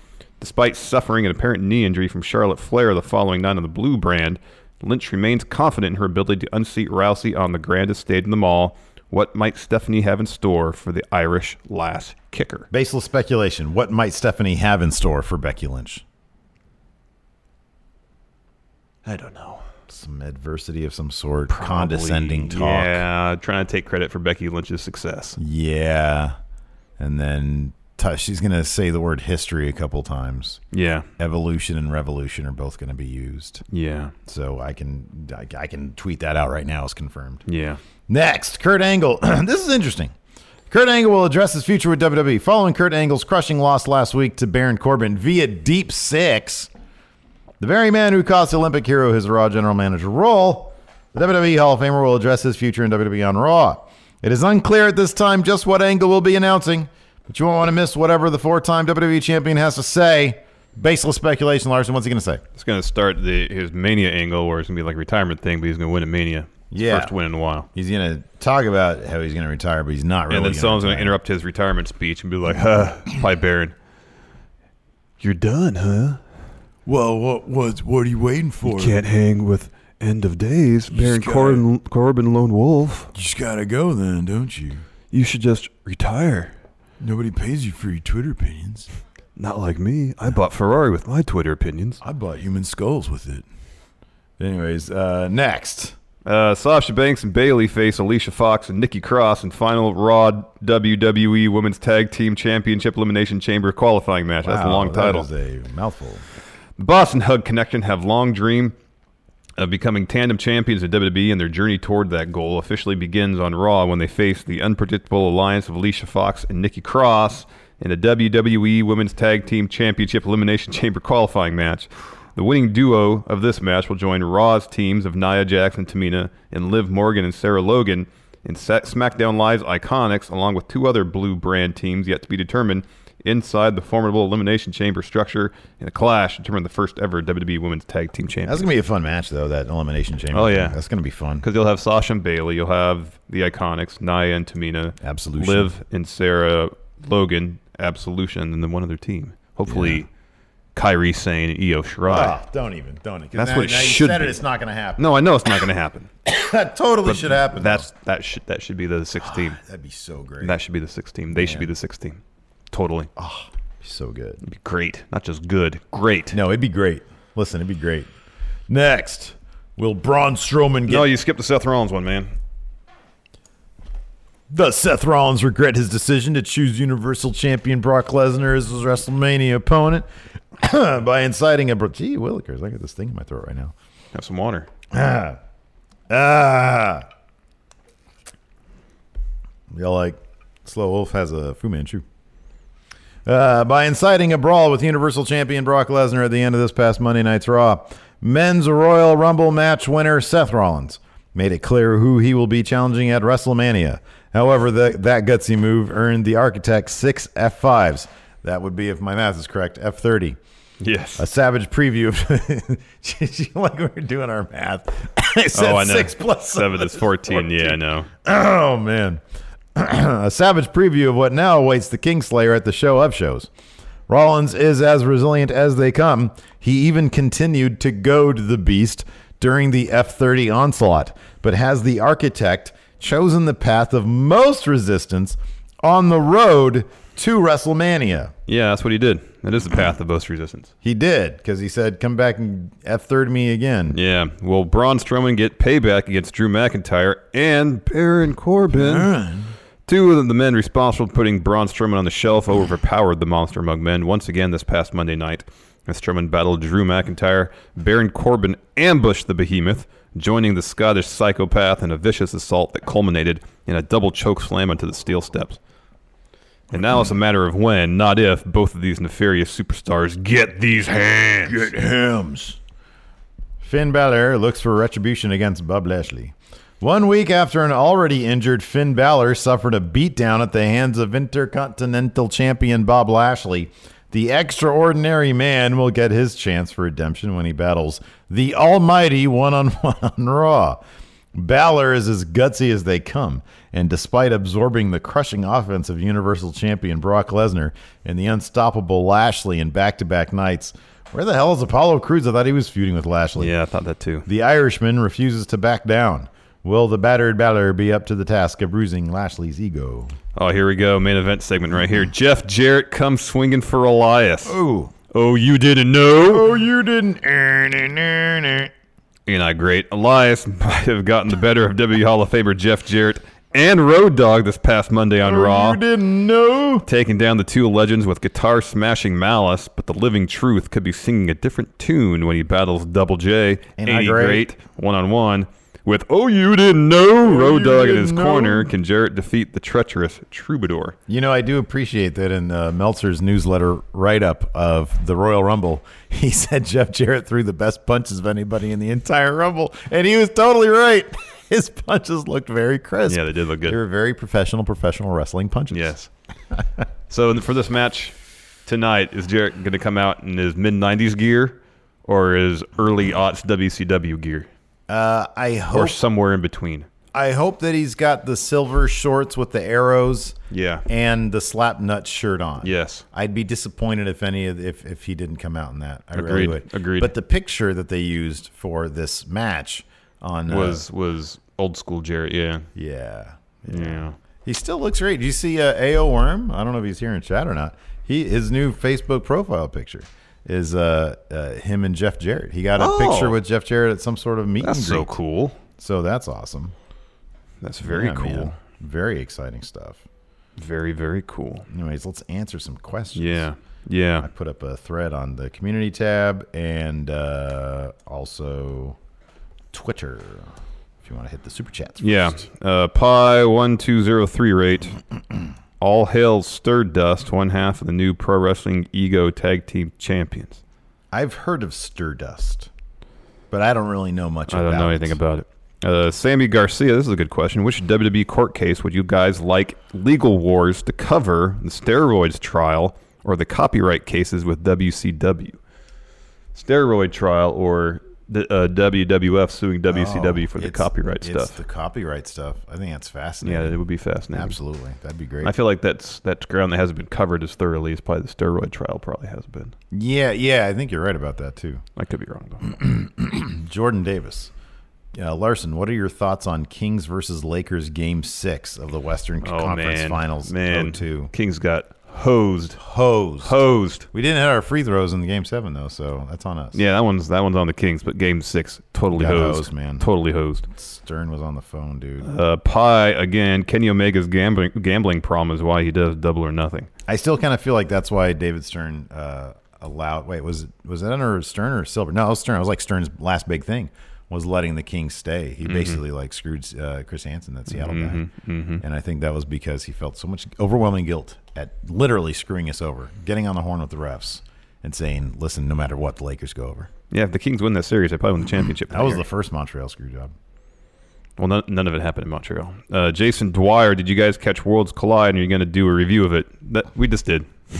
[SPEAKER 5] Despite suffering an apparent knee injury from Charlotte Flair the following night on the Blue brand, Lynch remains confident in her ability to unseat Rousey on the grandest stage in the mall. What might Stephanie have in store for the Irish last kicker?
[SPEAKER 4] Baseless speculation. What might Stephanie have in store for Becky Lynch?
[SPEAKER 5] I don't know.
[SPEAKER 4] Some adversity of some sort. condescending talk.
[SPEAKER 5] Yeah, trying to take credit for Becky Lynch's success.
[SPEAKER 4] Yeah. And then t- she's going to say the word history a couple times.
[SPEAKER 5] Yeah.
[SPEAKER 4] Evolution and revolution are both going to be used.
[SPEAKER 5] Yeah.
[SPEAKER 4] So I can I, I can tweet that out right now as confirmed.
[SPEAKER 5] Yeah.
[SPEAKER 4] Next, Kurt Angle. this is interesting. Kurt Angle will address his future with WWE following Kurt Angle's crushing loss last week to Baron Corbin via deep six. The very man who cost the Olympic hero his Raw general manager role, the WWE Hall of Famer will address his future in WWE on Raw. It is unclear at this time just what Angle will be announcing, but you won't want to miss whatever the four-time WWE champion has to say. Baseless speculation, Larson. What's he going to say?
[SPEAKER 5] It's going to start the, his Mania angle where it's going to be like a retirement thing, but he's going to win a Mania. His
[SPEAKER 4] Yeah.
[SPEAKER 5] First win in a while.
[SPEAKER 4] He's going to talk about how he's going to retire, but he's not really.
[SPEAKER 5] and then
[SPEAKER 4] gonna
[SPEAKER 5] someone's going
[SPEAKER 4] retire.
[SPEAKER 5] to interrupt his retirement speech and be like, huh, Pie Baron. You're done, huh?
[SPEAKER 7] Well, what was what are you waiting for?
[SPEAKER 5] hang with End of Days,
[SPEAKER 7] Baron gotta- Corbin-
[SPEAKER 5] Corbin Lone Wolf.
[SPEAKER 7] You just gotta go then, don't you?
[SPEAKER 5] You should just retire.
[SPEAKER 7] Nobody pays you for your Twitter opinions.
[SPEAKER 5] Not like me. I bought Ferrari with my Twitter opinions.
[SPEAKER 7] I bought human skulls with it.
[SPEAKER 4] Anyways, uh, next.
[SPEAKER 5] Uh, Sasha Banks and Bailey face Alicia Fox and Nikki Cross in final Raw WWE Women's Tag Team Championship Elimination Chamber qualifying match. That's a
[SPEAKER 4] Wow,
[SPEAKER 5] long
[SPEAKER 4] that
[SPEAKER 5] title.
[SPEAKER 4] is a mouthful.
[SPEAKER 5] The Boston Hug Connection have long dream of becoming tandem champions in WWE, E and their journey toward that goal officially begins on Raw when they face the unpredictable alliance of Alicia Fox and Nikki Cross in a WWE Women's Tag Team Championship Elimination Chamber qualifying match. The winning duo of this match will join Raw's teams of Nia Jax and Tamina and Liv Morgan and Sarah Logan in Sa- SmackDown Live's Iconics, along with two other blue brand teams yet to be determined, inside the formidable Elimination Chamber structure in a clash to determine the first ever WWE Women's Tag Team Champions.
[SPEAKER 4] That's gonna be a fun match though. That elimination chamber.
[SPEAKER 5] Oh
[SPEAKER 4] thing.
[SPEAKER 5] yeah,
[SPEAKER 4] that's gonna be fun.
[SPEAKER 5] Because you'll have Sasha and Bailey, you'll have the Iconics, Nia and Tamina,
[SPEAKER 4] Absolution.
[SPEAKER 5] Liv and Sarah Logan, Absolution, and then one other team. Hopefully, Kyrie Sane and Io Shirai.
[SPEAKER 4] Ah, don't even, don't. even. 'Cause
[SPEAKER 5] That's
[SPEAKER 4] now-
[SPEAKER 5] what it
[SPEAKER 4] now you
[SPEAKER 5] should
[SPEAKER 4] said
[SPEAKER 5] be.
[SPEAKER 4] it, it's not gonna happen.
[SPEAKER 5] No, I know it's not going to happen.
[SPEAKER 4] that totally
[SPEAKER 5] But
[SPEAKER 4] should happen.
[SPEAKER 5] That's that should that should be the sixth team.
[SPEAKER 4] That'd be so great.
[SPEAKER 5] That should be the sixth team. They should be the sixth team. Totally.
[SPEAKER 4] Oh, so good. It'd
[SPEAKER 5] be great. Not just good. Great.
[SPEAKER 4] No, it'd be great. Listen, it'd be great. Next, will Braun Strowman get
[SPEAKER 5] No, you skipped the Seth Rollins one, man.
[SPEAKER 4] Does Seth Rollins regret his decision to choose Universal Champion Brock Lesnar as his WrestleMania opponent by inciting a. Gee, Willikers, I got this thing in my throat right now.
[SPEAKER 5] Have some water.
[SPEAKER 4] Ah. Ah. Y'all like Slow Wolf has a Fu Manchu. Uh, by inciting a brawl with Universal Champion Brock Lesnar at the end of this past Monday night's Raw, men's Royal Rumble match winner Seth Rollins made it clear who he will be challenging at WrestleMania. However, the, that gutsy move earned the architect six F5s. That would be, if my math is correct, F30.
[SPEAKER 5] Yes.
[SPEAKER 4] A savage preview of. she, she- like we were doing our math. I said
[SPEAKER 5] oh, I know.
[SPEAKER 4] six plus
[SPEAKER 5] seven is 14. Yeah, I know.
[SPEAKER 4] Oh man. a savage preview of what now awaits the Kingslayer at the show up shows. Rollins is as resilient as they come. He even continued to goad the beast during the F 30 onslaught, but has the architect chosen the path of most resistance on the road to WrestleMania.
[SPEAKER 5] Yeah, that's what he did. That is the path of most resistance.
[SPEAKER 4] He did because he said, "Come back and f third me again."
[SPEAKER 5] Yeah. Will Braun Strowman get payback against Drew McIntyre and Baron Corbin? Two of the men responsible for putting Braun Strowman on the shelf overpowered the Monster Among Men once again this past Monday night. As Strowman battled Drew McIntyre, Baron Corbin ambushed the behemoth, joining the Scottish psychopath in a vicious assault that culminated in a double choke slam onto the steel steps. And now it's a matter of when, not if, both of these nefarious superstars get these hands.
[SPEAKER 4] Get hams. Finn Balor looks for retribution against Bob Lashley. One week after an already injured Finn Balor suffered a beatdown at the hands of Intercontinental Champion Bob Lashley, the extraordinary man will get his chance for redemption when he battles the almighty one on one on Raw. Balor is as gutsy as they come, and despite absorbing the crushing offense of Universal Champion Brock Lesnar and the unstoppable Lashley in back to back nights, where the hell is Apollo Crews? I thought he was feuding with Lashley.
[SPEAKER 5] Yeah, I thought that too.
[SPEAKER 4] The Irishman refuses to back down. Will the battered Balor be up to the task of bruising Lashley's ego?
[SPEAKER 5] Oh, here we go. Main event segment right
[SPEAKER 4] Mm-hmm.
[SPEAKER 5] here. Jeff Jarrett comes swinging for Elias.
[SPEAKER 4] Oh.
[SPEAKER 5] Oh, you didn't know?
[SPEAKER 4] Oh, you didn't.
[SPEAKER 5] You're not great. Elias might have gotten the better of W Hall of Famer Jeff Jarrett and Road Dog this past Monday on Raw.
[SPEAKER 4] Oh, You didn't know?
[SPEAKER 5] Taking down the two legends with guitar smashing malice, but the living truth could be singing a different tune when he battles Double J,
[SPEAKER 4] Ain't I
[SPEAKER 5] Any
[SPEAKER 4] great? Oh,
[SPEAKER 5] Great, one on one. With Oh You Didn't Know, Road
[SPEAKER 4] you
[SPEAKER 5] Dog in
[SPEAKER 4] didn't
[SPEAKER 5] his
[SPEAKER 4] know.
[SPEAKER 5] corner, can Jarrett defeat the treacherous Troubadour?
[SPEAKER 4] You know, I do appreciate that in uh, Meltzer's newsletter write up of the Royal Rumble, he said Jeff Jarrett threw the best punches of anybody in the entire Rumble. And he was totally right. His punches looked very crisp.
[SPEAKER 5] Yeah, they did look good.
[SPEAKER 4] They were very professional, professional wrestling punches.
[SPEAKER 5] Yes. so for this match tonight, is Jarrett going to come out in his mid 90s gear or his early aughts WCW gear?
[SPEAKER 4] Uh, I
[SPEAKER 5] Or
[SPEAKER 4] hope
[SPEAKER 5] somewhere in between?
[SPEAKER 4] I hope that he's got the silver shorts with the arrows.
[SPEAKER 5] Yeah.
[SPEAKER 4] And the slap nut shirt on.
[SPEAKER 5] Yes.
[SPEAKER 4] I'd be disappointed if any of if if he didn't come out in that. I really
[SPEAKER 5] Agreed.
[SPEAKER 4] would.
[SPEAKER 5] Agreed.
[SPEAKER 4] But the picture that they used for this match on uh,
[SPEAKER 5] Was was old school Jarrett, yeah.
[SPEAKER 4] yeah.
[SPEAKER 5] Yeah.
[SPEAKER 4] He still looks great. Did you see uh, AO Worm? I don't know if he's here in chat or not. He his new Facebook profile picture is uh, uh him and Jeff Jarrett. He got a
[SPEAKER 5] Oh.
[SPEAKER 4] picture with Jeff Jarrett at some sort of meet
[SPEAKER 5] That's
[SPEAKER 4] and
[SPEAKER 5] so
[SPEAKER 4] greet.
[SPEAKER 5] cool.
[SPEAKER 4] So that's awesome.
[SPEAKER 5] That's very
[SPEAKER 4] Yeah,
[SPEAKER 5] cool.
[SPEAKER 4] man. Very exciting stuff.
[SPEAKER 5] Very, very cool.
[SPEAKER 4] Anyways, let's answer some questions.
[SPEAKER 5] Yeah.
[SPEAKER 4] I
[SPEAKER 5] Yeah.
[SPEAKER 4] put up a thread on the community tab and uh, also Twitter. If you want to hit the super chats.
[SPEAKER 5] Yeah.
[SPEAKER 4] first.
[SPEAKER 5] Uh, Pi one two zero three rate. All hail Stir Dust, one half of the new pro wrestling ego tag team champions.
[SPEAKER 4] I've heard of Sturdust, but I don't really know much
[SPEAKER 5] I
[SPEAKER 4] about
[SPEAKER 5] don't know anything about it. Uh, Sammy Garcia, this is a good question. Which WWE court case would you guys like Legal Wars to cover? The steroids trial or the copyright cases with WCW? Steroid trial or the uh, WWF suing WCW
[SPEAKER 4] Oh,
[SPEAKER 5] for the
[SPEAKER 4] it's-
[SPEAKER 5] copyright
[SPEAKER 4] it's
[SPEAKER 5] stuff?
[SPEAKER 4] the copyright stuff. I think that's
[SPEAKER 5] yeah,
[SPEAKER 4] fascinating.
[SPEAKER 5] it would be fascinating.
[SPEAKER 4] Absolutely. That'd be great.
[SPEAKER 5] I feel like that's that ground that hasn't been covered as thoroughly as probably the steroid trial probably has been.
[SPEAKER 4] yeah, yeah, I think you're right about that too.
[SPEAKER 5] I could be wrong. though.
[SPEAKER 4] Jordan Davis. Uh, Larson, what are your thoughts on Kings versus Lakers game six of the Western Conference Finals
[SPEAKER 5] Oh, man,
[SPEAKER 4] 02?
[SPEAKER 5] Kings got hosed,
[SPEAKER 4] Hosed.
[SPEAKER 5] hosed.
[SPEAKER 4] We didn't hit our free throws in the game seven though, so that's on us.
[SPEAKER 5] Yeah, that one's that one's on the Kings, but Game Six totally
[SPEAKER 4] Got
[SPEAKER 5] hosed,
[SPEAKER 4] hosed, man.
[SPEAKER 5] Totally hosed.
[SPEAKER 4] Stern was on the phone, dude.
[SPEAKER 5] Uh, Pi again. Kenny Omega's gambling gambling problem is why he does double or nothing.
[SPEAKER 4] I still kind of feel like that's why David Stern uh, allowed. Wait, was it was that under Stern or Silver? No, it was Stern. It was like Stern's last big thing was letting the Kings stay. He
[SPEAKER 5] Mm-hmm.
[SPEAKER 4] basically like screwed uh, Chris Hansen, that Seattle guy,
[SPEAKER 5] Mm-hmm.
[SPEAKER 4] and I think that was because he felt so much overwhelming guilt at literally screwing us over, getting on the horn with the refs, and saying, "Listen, no matter what, the Lakers go over."
[SPEAKER 5] Yeah, if the Kings win that series, they probably win the championship.
[SPEAKER 4] That was
[SPEAKER 5] year.
[SPEAKER 4] the first Montreal screw job.
[SPEAKER 5] well, none, none of it happened in Montreal. Uh, Jason Dwyer, did you guys catch Worlds Collide? And you're going to do a review of it? That we just did.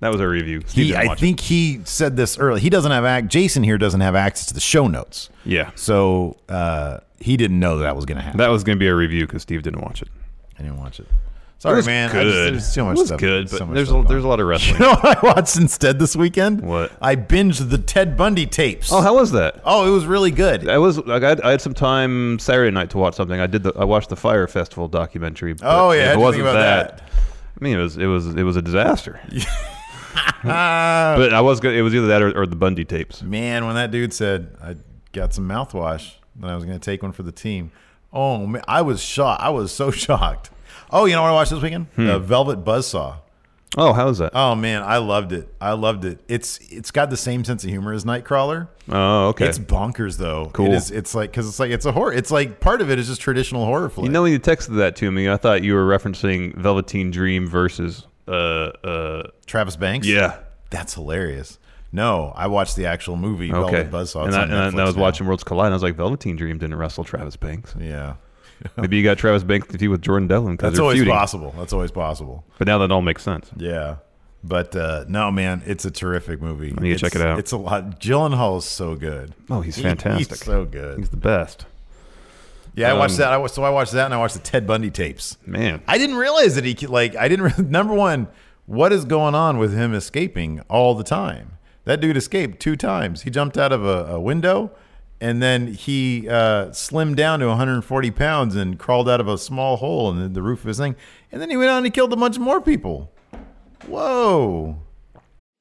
[SPEAKER 5] That was our review. Steve
[SPEAKER 4] He,
[SPEAKER 5] didn't
[SPEAKER 4] I
[SPEAKER 5] watch it.
[SPEAKER 4] think he said this early. He doesn't have act. Jason here doesn't have access to the show notes.
[SPEAKER 5] Yeah,
[SPEAKER 4] So uh, he didn't know that was going to happen.
[SPEAKER 5] that was going to be a review because Steve didn't watch it.
[SPEAKER 4] I didn't watch it. Sorry,
[SPEAKER 5] it was
[SPEAKER 4] man. I
[SPEAKER 5] Good.
[SPEAKER 4] just- there's too much
[SPEAKER 5] it was
[SPEAKER 4] stuff.
[SPEAKER 5] good,
[SPEAKER 4] so
[SPEAKER 5] but
[SPEAKER 4] much
[SPEAKER 5] there's
[SPEAKER 4] stuff
[SPEAKER 5] a,
[SPEAKER 4] going
[SPEAKER 5] there's a lot of
[SPEAKER 4] You
[SPEAKER 5] wrestling.
[SPEAKER 4] know what I watched instead this weekend?
[SPEAKER 5] What?
[SPEAKER 4] I binged the Ted Bundy tapes.
[SPEAKER 5] oh, how was that?
[SPEAKER 4] Oh, it was really good.
[SPEAKER 5] I was like, I had, I had some time Saturday night to watch something. I did the I watched the Fire Festival documentary. but
[SPEAKER 4] Oh, yeah,
[SPEAKER 5] if
[SPEAKER 4] how'd
[SPEAKER 5] it
[SPEAKER 4] you
[SPEAKER 5] wasn't
[SPEAKER 4] think about
[SPEAKER 5] that, I mean, it was it was it was a disaster. but I was gonna, it was either that or, or the Bundy tapes.
[SPEAKER 4] Man, when that dude said I got some mouthwash and I was going to take one for the team, oh man, I was shocked. I was so shocked. Oh, you know what I watched this weekend?
[SPEAKER 5] Hmm.
[SPEAKER 4] Uh, Velvet Buzzsaw.
[SPEAKER 5] Oh, how was that?
[SPEAKER 4] Oh man, I loved it. I loved it. It's it's got the same sense of humor as Nightcrawler.
[SPEAKER 5] Oh, okay.
[SPEAKER 4] It's bonkers though.
[SPEAKER 5] Cool.
[SPEAKER 4] It is, it's like because it's like it's a horror. It's like part of it is just traditional horror flick.
[SPEAKER 5] You know, when you texted that to me, I thought you were referencing Velveteen Dream versus uh uh
[SPEAKER 4] Travis Banks.
[SPEAKER 5] Yeah,
[SPEAKER 4] that's hilarious. No, I watched the actual movie
[SPEAKER 5] okay.
[SPEAKER 4] Velvet Buzzsaw.
[SPEAKER 5] and,
[SPEAKER 4] It's
[SPEAKER 5] I,
[SPEAKER 4] on
[SPEAKER 5] and I- and I
[SPEAKER 4] Netflix
[SPEAKER 5] was
[SPEAKER 4] now.
[SPEAKER 5] watching Worlds Collide, and I was like, Velveteen Dream didn't wrestle Travis Banks.
[SPEAKER 4] Yeah,
[SPEAKER 5] maybe you got Travis Banks to with Jordan Devlin because
[SPEAKER 4] That's
[SPEAKER 5] they're
[SPEAKER 4] always
[SPEAKER 5] feuding.
[SPEAKER 4] possible. That's always possible.
[SPEAKER 5] But now that all makes sense.
[SPEAKER 4] Yeah. But uh, no, man, it's a terrific movie.
[SPEAKER 5] I need to check
[SPEAKER 4] It's-
[SPEAKER 5] it out.
[SPEAKER 4] It's a lot. Gyllenhaal is so good.
[SPEAKER 5] Oh, he's
[SPEAKER 4] He-
[SPEAKER 5] fantastic.
[SPEAKER 4] He's so good.
[SPEAKER 5] He's the best.
[SPEAKER 4] Yeah, I watched
[SPEAKER 5] Um,
[SPEAKER 4] that. I watched, so I watched that, and I watched the Ted Bundy tapes.
[SPEAKER 5] Man,
[SPEAKER 4] I didn't realize that he could- like. I didn't. Re- number one, what is going on with him escaping all the time? That dude escaped two times. He jumped out of a, a window, and then he uh, slimmed down to 140 pounds and crawled out of a small hole in the, the roof of his thing. And then he went out and he killed a bunch more people. Whoa!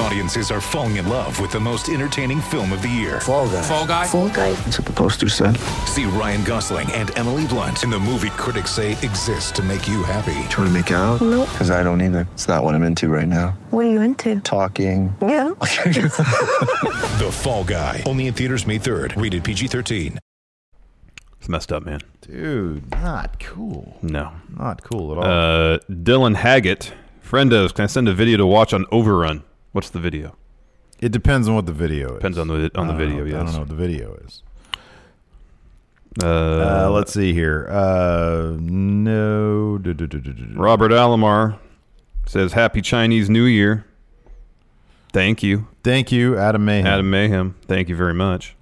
[SPEAKER 1] Audiences are falling in love with the most entertaining film of the year. Fall Guy. Fall Guy.
[SPEAKER 8] Fall guy.
[SPEAKER 1] That's what the poster said. See Ryan Gosling and Emily Blunt in the movie critics say exists to make you happy.
[SPEAKER 9] Trying to make it out?
[SPEAKER 8] Nope.
[SPEAKER 9] Because I don't either. It's not what I'm into right now.
[SPEAKER 8] What are you into?
[SPEAKER 9] Talking.
[SPEAKER 8] Yeah.
[SPEAKER 1] The Fall Guy. Only in theaters May 3rd. Rated PG 13.
[SPEAKER 5] It's messed up, man.
[SPEAKER 4] Dude, not cool.
[SPEAKER 5] No.
[SPEAKER 4] Not cool at all.
[SPEAKER 5] Uh, Dylan Haggett, friendos, can I send a video to watch on Overrun? What's the video?
[SPEAKER 4] It depends on what the video is.
[SPEAKER 5] Depends on the on the
[SPEAKER 4] I don't know-
[SPEAKER 5] video. Yes.
[SPEAKER 4] I don't know what the video is.
[SPEAKER 5] Uh,
[SPEAKER 4] Uh, let's see here. Uh, no. Du- du- du- du- du- du.
[SPEAKER 5] Robert Alomar says Happy Chinese New Year. Thank you.
[SPEAKER 4] Thank you, Adam Mayhem.
[SPEAKER 5] Adam Mayhem. Thank you very much.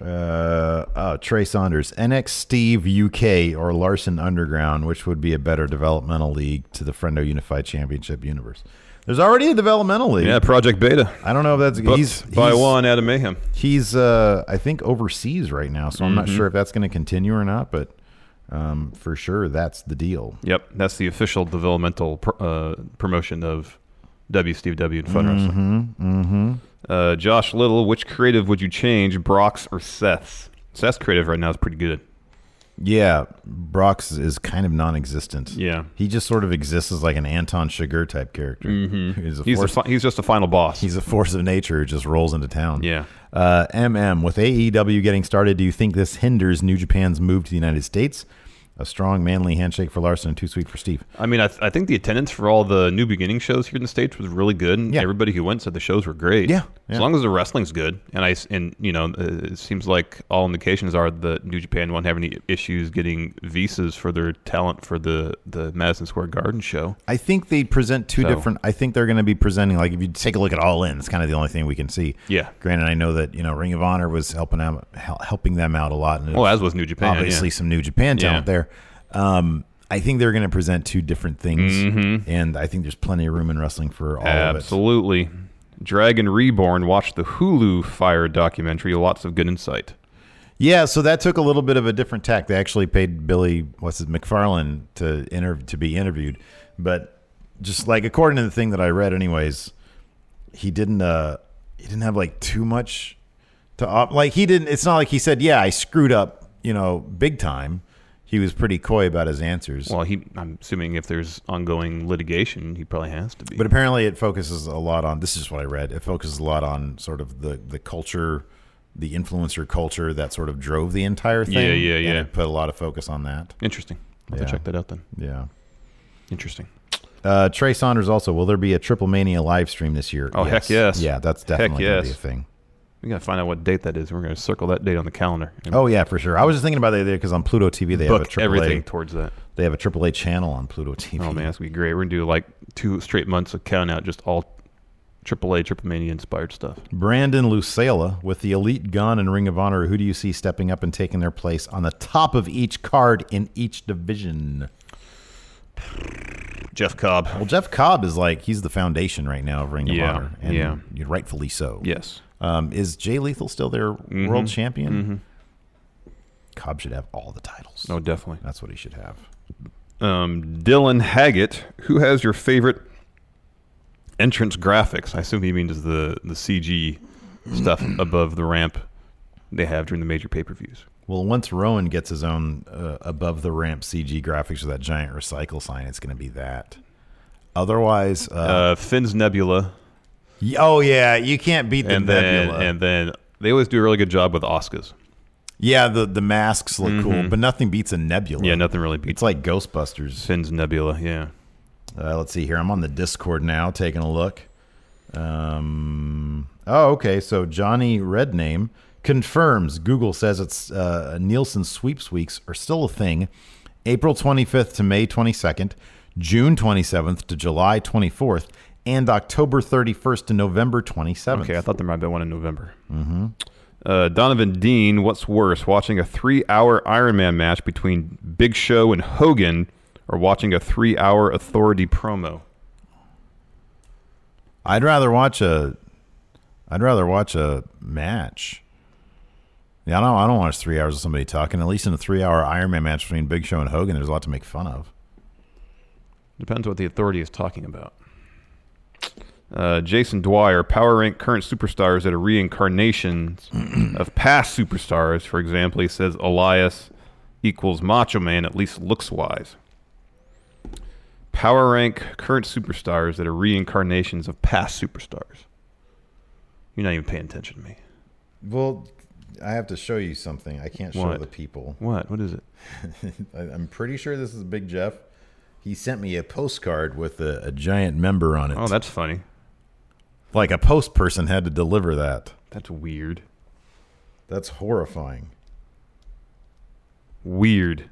[SPEAKER 4] Uh, oh, Trey Saunders, NX Steve UK or Larson Underground, which would be a better developmental league to the Friendo Unified Championship universe. There's already a developmental league.
[SPEAKER 5] Yeah, Project Beta.
[SPEAKER 4] I don't know if that's
[SPEAKER 5] Booked
[SPEAKER 4] he's
[SPEAKER 5] by
[SPEAKER 4] he's-
[SPEAKER 5] one Adam Mayhem.
[SPEAKER 4] He's uh, I think overseas right now, so I'm not
[SPEAKER 5] Mhm.
[SPEAKER 4] sure if that's going to continue or not, but um, for sure that's the deal.
[SPEAKER 5] Yep, that's the official developmental pr- uh, promotion of W Steve W and Fun Wrestling.
[SPEAKER 4] Mm-hmm.
[SPEAKER 5] Uh, Josh Little, which creative would you change, Brock's or Seth's? Seth's creative right now is pretty good.
[SPEAKER 4] Yeah, Brox is kind of non-existent.
[SPEAKER 5] Yeah.
[SPEAKER 4] he just sort of exists as like an Anton Chigurh type character.
[SPEAKER 5] Mhm.
[SPEAKER 4] He's, a
[SPEAKER 5] He's the
[SPEAKER 4] force,
[SPEAKER 5] fi- he's just a final boss.
[SPEAKER 4] He's a force of nature who just rolls into town.
[SPEAKER 5] Yeah.
[SPEAKER 4] E Uh, MM, with AEW getting started, do you think this hinders New Japan's move to the United States? A strong, manly handshake for Larson and too sweet for Steve.
[SPEAKER 5] I mean, I, th- I think the attendance for all the New Beginning shows here in the states was really good, and everybody who went said the shows were great.
[SPEAKER 4] Yeah, yeah.
[SPEAKER 5] as long as the wrestling's good, and I s- and you know, uh, it seems like all indications are that New Japan won't have any issues getting visas for their talent for the the Madison Square Garden show.
[SPEAKER 4] I think they present two
[SPEAKER 5] So-
[SPEAKER 4] different. I think they're going to be presenting like if you take a look at All In, it's kind of the only thing we can see.
[SPEAKER 5] Yeah.
[SPEAKER 4] Granted, I know that you know Ring of Honor was helping out, hel- helping them out a lot. And
[SPEAKER 5] Oh,
[SPEAKER 4] it's
[SPEAKER 5] as was New Japan,
[SPEAKER 4] Obviously,
[SPEAKER 5] yeah.
[SPEAKER 4] some New Japan talent
[SPEAKER 5] Yeah.
[SPEAKER 4] there. Um, I think they're going to present two different things,
[SPEAKER 5] Mhm.
[SPEAKER 4] and I think there's plenty of room in wrestling for all of it.
[SPEAKER 5] Absolutely. Dragon Reborn watched the Hulu Fire documentary. Lots of good insight.
[SPEAKER 4] Yeah, so that took a little bit of a different tack. They actually paid Billy what's his McFarlane to interv- to be interviewed, but just like according to the thing that I read, anyways, he didn't uh he didn't have like too much to op- like he didn't. It's not like he said, "Yeah, I screwed up," you know, big time. He was pretty coy about his answers.
[SPEAKER 5] Well, he I'm assuming if there's ongoing litigation, he probably has to be.
[SPEAKER 4] But apparently, it focuses a lot on this is what I read. It focuses a lot on sort of the the culture, the influencer culture that sort of drove the entire thing.
[SPEAKER 5] Yeah, yeah,
[SPEAKER 4] and
[SPEAKER 5] yeah.
[SPEAKER 4] it put a lot of focus on that.
[SPEAKER 5] Interesting. I'll have to check that out then.
[SPEAKER 4] Yeah.
[SPEAKER 5] Interesting.
[SPEAKER 4] Uh, Trey Saunders also. Will there be a Triple Mania live stream this year?
[SPEAKER 5] Oh heck yes.
[SPEAKER 4] Yeah, that's
[SPEAKER 5] Heck
[SPEAKER 4] definitely gonna be a
[SPEAKER 5] yes.
[SPEAKER 4] thing.
[SPEAKER 5] We gotta find out what date that is. We're gonna circle that date on the calendar. and
[SPEAKER 4] Oh yeah, for sure. I was just thinking about that because on Pluto TV they have a
[SPEAKER 5] book
[SPEAKER 4] Triple
[SPEAKER 5] everything towards that.
[SPEAKER 4] They have a Triple A channel on Pluto TV.
[SPEAKER 5] Oh man, that's gonna be great. We're gonna do like two straight months of count out, just all AAA, Triple Mania inspired stuff.
[SPEAKER 4] Brandon Lucela with the Elite Gun and Ring of Honor. Who do you see stepping up and taking their place on the top of each card in each division?
[SPEAKER 5] Jeff Cobb.
[SPEAKER 4] Well, Jeff Cobb is like he's the foundation right now of Ring of
[SPEAKER 5] Yeah,
[SPEAKER 4] Honor, and
[SPEAKER 5] yeah.
[SPEAKER 4] you're rightfully so.
[SPEAKER 5] Yes.
[SPEAKER 4] Um, is Jay Lethal still their world champion?
[SPEAKER 5] Mhm.
[SPEAKER 4] Cobb should have all the titles.
[SPEAKER 5] Oh, definitely.
[SPEAKER 4] That's what he should have.
[SPEAKER 5] Um, Dylan Haggett, who has your favorite entrance graphics? I assume he means the the CG stuff above the ramp they have during the major pay per views.
[SPEAKER 4] Well, once Rowan gets his own uh, above the ramp CG graphics with that giant recycle sign, it's going to be that. Otherwise,
[SPEAKER 5] Uh,
[SPEAKER 4] uh,
[SPEAKER 5] Finn's Nebula,
[SPEAKER 4] y- oh yeah, you can't beat the
[SPEAKER 5] and then
[SPEAKER 4] nebula.
[SPEAKER 5] and then they always do a really good job with Oscars.
[SPEAKER 4] yeah, the the masks look cool,
[SPEAKER 5] Mhm.
[SPEAKER 4] but nothing beats a nebula.
[SPEAKER 5] Yeah, nothing really beats.
[SPEAKER 4] It's like Ghostbusters.
[SPEAKER 5] Finn's Nebula, yeah.
[SPEAKER 4] Uh, let's see here. I'm on the Discord now, taking a look. Um, oh, okay. So Johnny Redname confirms Google says it's uh, Nielsen sweeps weeks are still a thing. April 25th to May 22nd, June 27th to July 24th, and October 31st to November 27th.
[SPEAKER 5] Okay, I thought there might be one in November.
[SPEAKER 4] Mm-hmm.
[SPEAKER 5] Uh, Donovan Dean, what's worse, watching a three-hour Iron Man match between Big Show and Hogan, or watching a three-hour Authority promo?
[SPEAKER 4] I'd rather watch a. I'd rather watch a match. Yeah, I don't. I don't watch three hours of somebody talking. At least in a three-hour Iron Man match between Big Show and Hogan, there's a lot to make fun of.
[SPEAKER 5] Depends what the authority is talking about. Uh, Jason Dwyer, power rank current superstars that are reincarnations of past superstars. For example, he says Elias equals Macho Man, at least looks wise. Power rank current superstars that are reincarnations of past superstars. You're not even paying attention to me.
[SPEAKER 4] Well, I have to show you something. I can't show
[SPEAKER 5] What?
[SPEAKER 4] the people.
[SPEAKER 5] What? What is it?
[SPEAKER 4] I- I'm pretty sure this is Big Jeff. He sent me a postcard with a, a giant member on it.
[SPEAKER 5] Oh, that's funny.
[SPEAKER 4] Like a post person had to deliver that.
[SPEAKER 5] That's weird.
[SPEAKER 4] That's horrifying.
[SPEAKER 5] Weird.